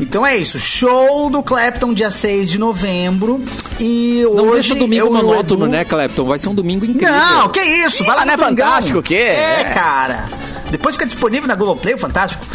S4: Então é isso, show do Clapton dia 6 de novembro. E
S1: Não
S4: hoje
S1: deixa o domingo
S4: eu e o
S1: monótono,
S4: Edu-
S1: né, Clapton? Vai ser um domingo incrível.
S4: Não, que isso, vai lá
S3: Não
S4: no
S3: é
S4: Domingão.
S3: fantástico o quê?
S4: É,
S3: É.
S4: cara. Depois fica disponível na Globoplay, o fantástico.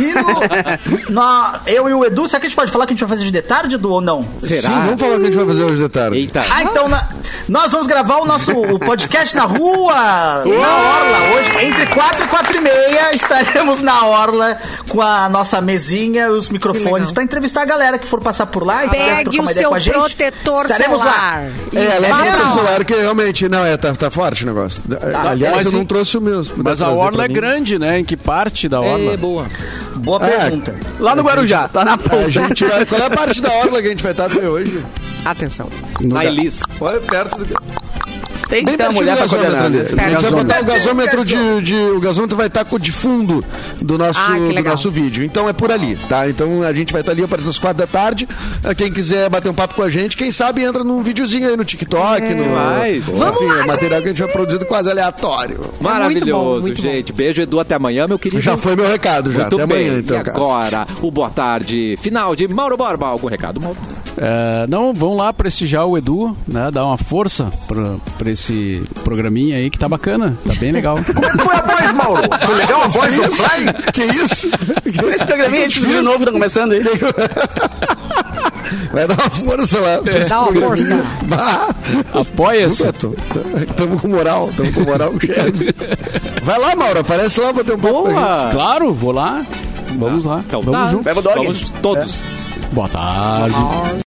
S4: E no, na- eu e o Edu, será que a gente pode falar que a gente vai fazer de detalhe, Edu, ou não?
S1: Será?
S6: Sim, vamos falar o que a gente vai fazer hoje de tarde.
S1: Eita.
S4: Ah, então na- nós vamos gravar o nosso o podcast na rua, na Orla, hoje. Entre 4 e 4 e meia estaremos na Orla com a nossa mesinha e os microfones pra entrevistar a galera que for passar por lá e quiser
S2: Pegue
S4: trocar
S2: o
S4: uma ideia
S2: seu
S4: com a gente.
S2: protetor
S4: estaremos
S2: solar.
S4: lá.
S6: É,
S2: E
S6: leva
S2: fala
S6: pro
S2: lá.
S6: celular que realmente, não, é, tá, tá forte o negócio. Aliás,
S7: Tá, Mas
S6: eu não
S7: e-
S6: trouxe o meu. se puder
S7: Mas a
S6: trazer pra
S7: orla é
S6: mim.
S7: grande, né? Em que parte da orla?
S1: É, boa.
S4: Boa
S6: É.
S4: pergunta.
S3: Lá no Guarujá, lá na
S6: A
S3: ponta.
S6: gente vai- Qual é a parte da orla que a gente vai estar hoje?
S2: Atenção.
S1: Na Elis.
S6: Olha perto do.
S3: Tem que
S6: Bem
S3: ter uma
S1: Então
S6: pertinho
S3: mulher
S1: tá
S6: do
S3: pra coordenar.
S6: gasômetro ali.
S3: né?
S6: A gente É, vai botar o gasômetro de, de- O gasômetro vai estar de fundo do nosso,
S2: Ah, que
S6: do
S2: legal.
S6: nosso vídeo. Então é por ali, tá? Então a gente vai estar ali a partir das quatro da tarde. Ah, Quem quiser bater um papo com a gente, quem sabe entra num videozinho aí no TikTok, no.
S1: vai.
S2: Vamos
S6: enfim,
S2: lá,
S6: é material que a gente vai produzindo quase aleatório.
S1: Maravilhoso,
S2: bom, muito bom.
S1: gente. Beijo, Edu. Até amanhã, meu querido.
S6: Já foi meu recado, já.
S1: Muito
S6: Até
S1: bem.
S6: amanhã, então,
S1: e
S6: cara.
S1: agora, o boa tarde final de Mauro Borba. Algum recado, Mauro?
S7: É, não, vão lá prestigiar o Edu, né? Dar uma força pra, pra esse programinha aí que tá bacana, tá bem legal.
S9: é Foi a voz, Mauro. Foi legal a voz do Brian.
S6: Que isso?
S3: Esse programinha de vídeo novo que tá começando aí.
S6: Vai dar uma força lá.
S1: É.
S2: Dá uma força.
S7: Apoia-se.
S6: Estamos é com moral, estamos com moral com o chefe. Vai lá, Mauro, aparece lá bater um papo. com a gente.
S7: Claro, vou lá. Vamos lá.
S1: Então
S7: Vamos
S1: tá.
S7: juntos.
S3: Pega o dog.
S1: Vamos todos.
S7: Boa tarde.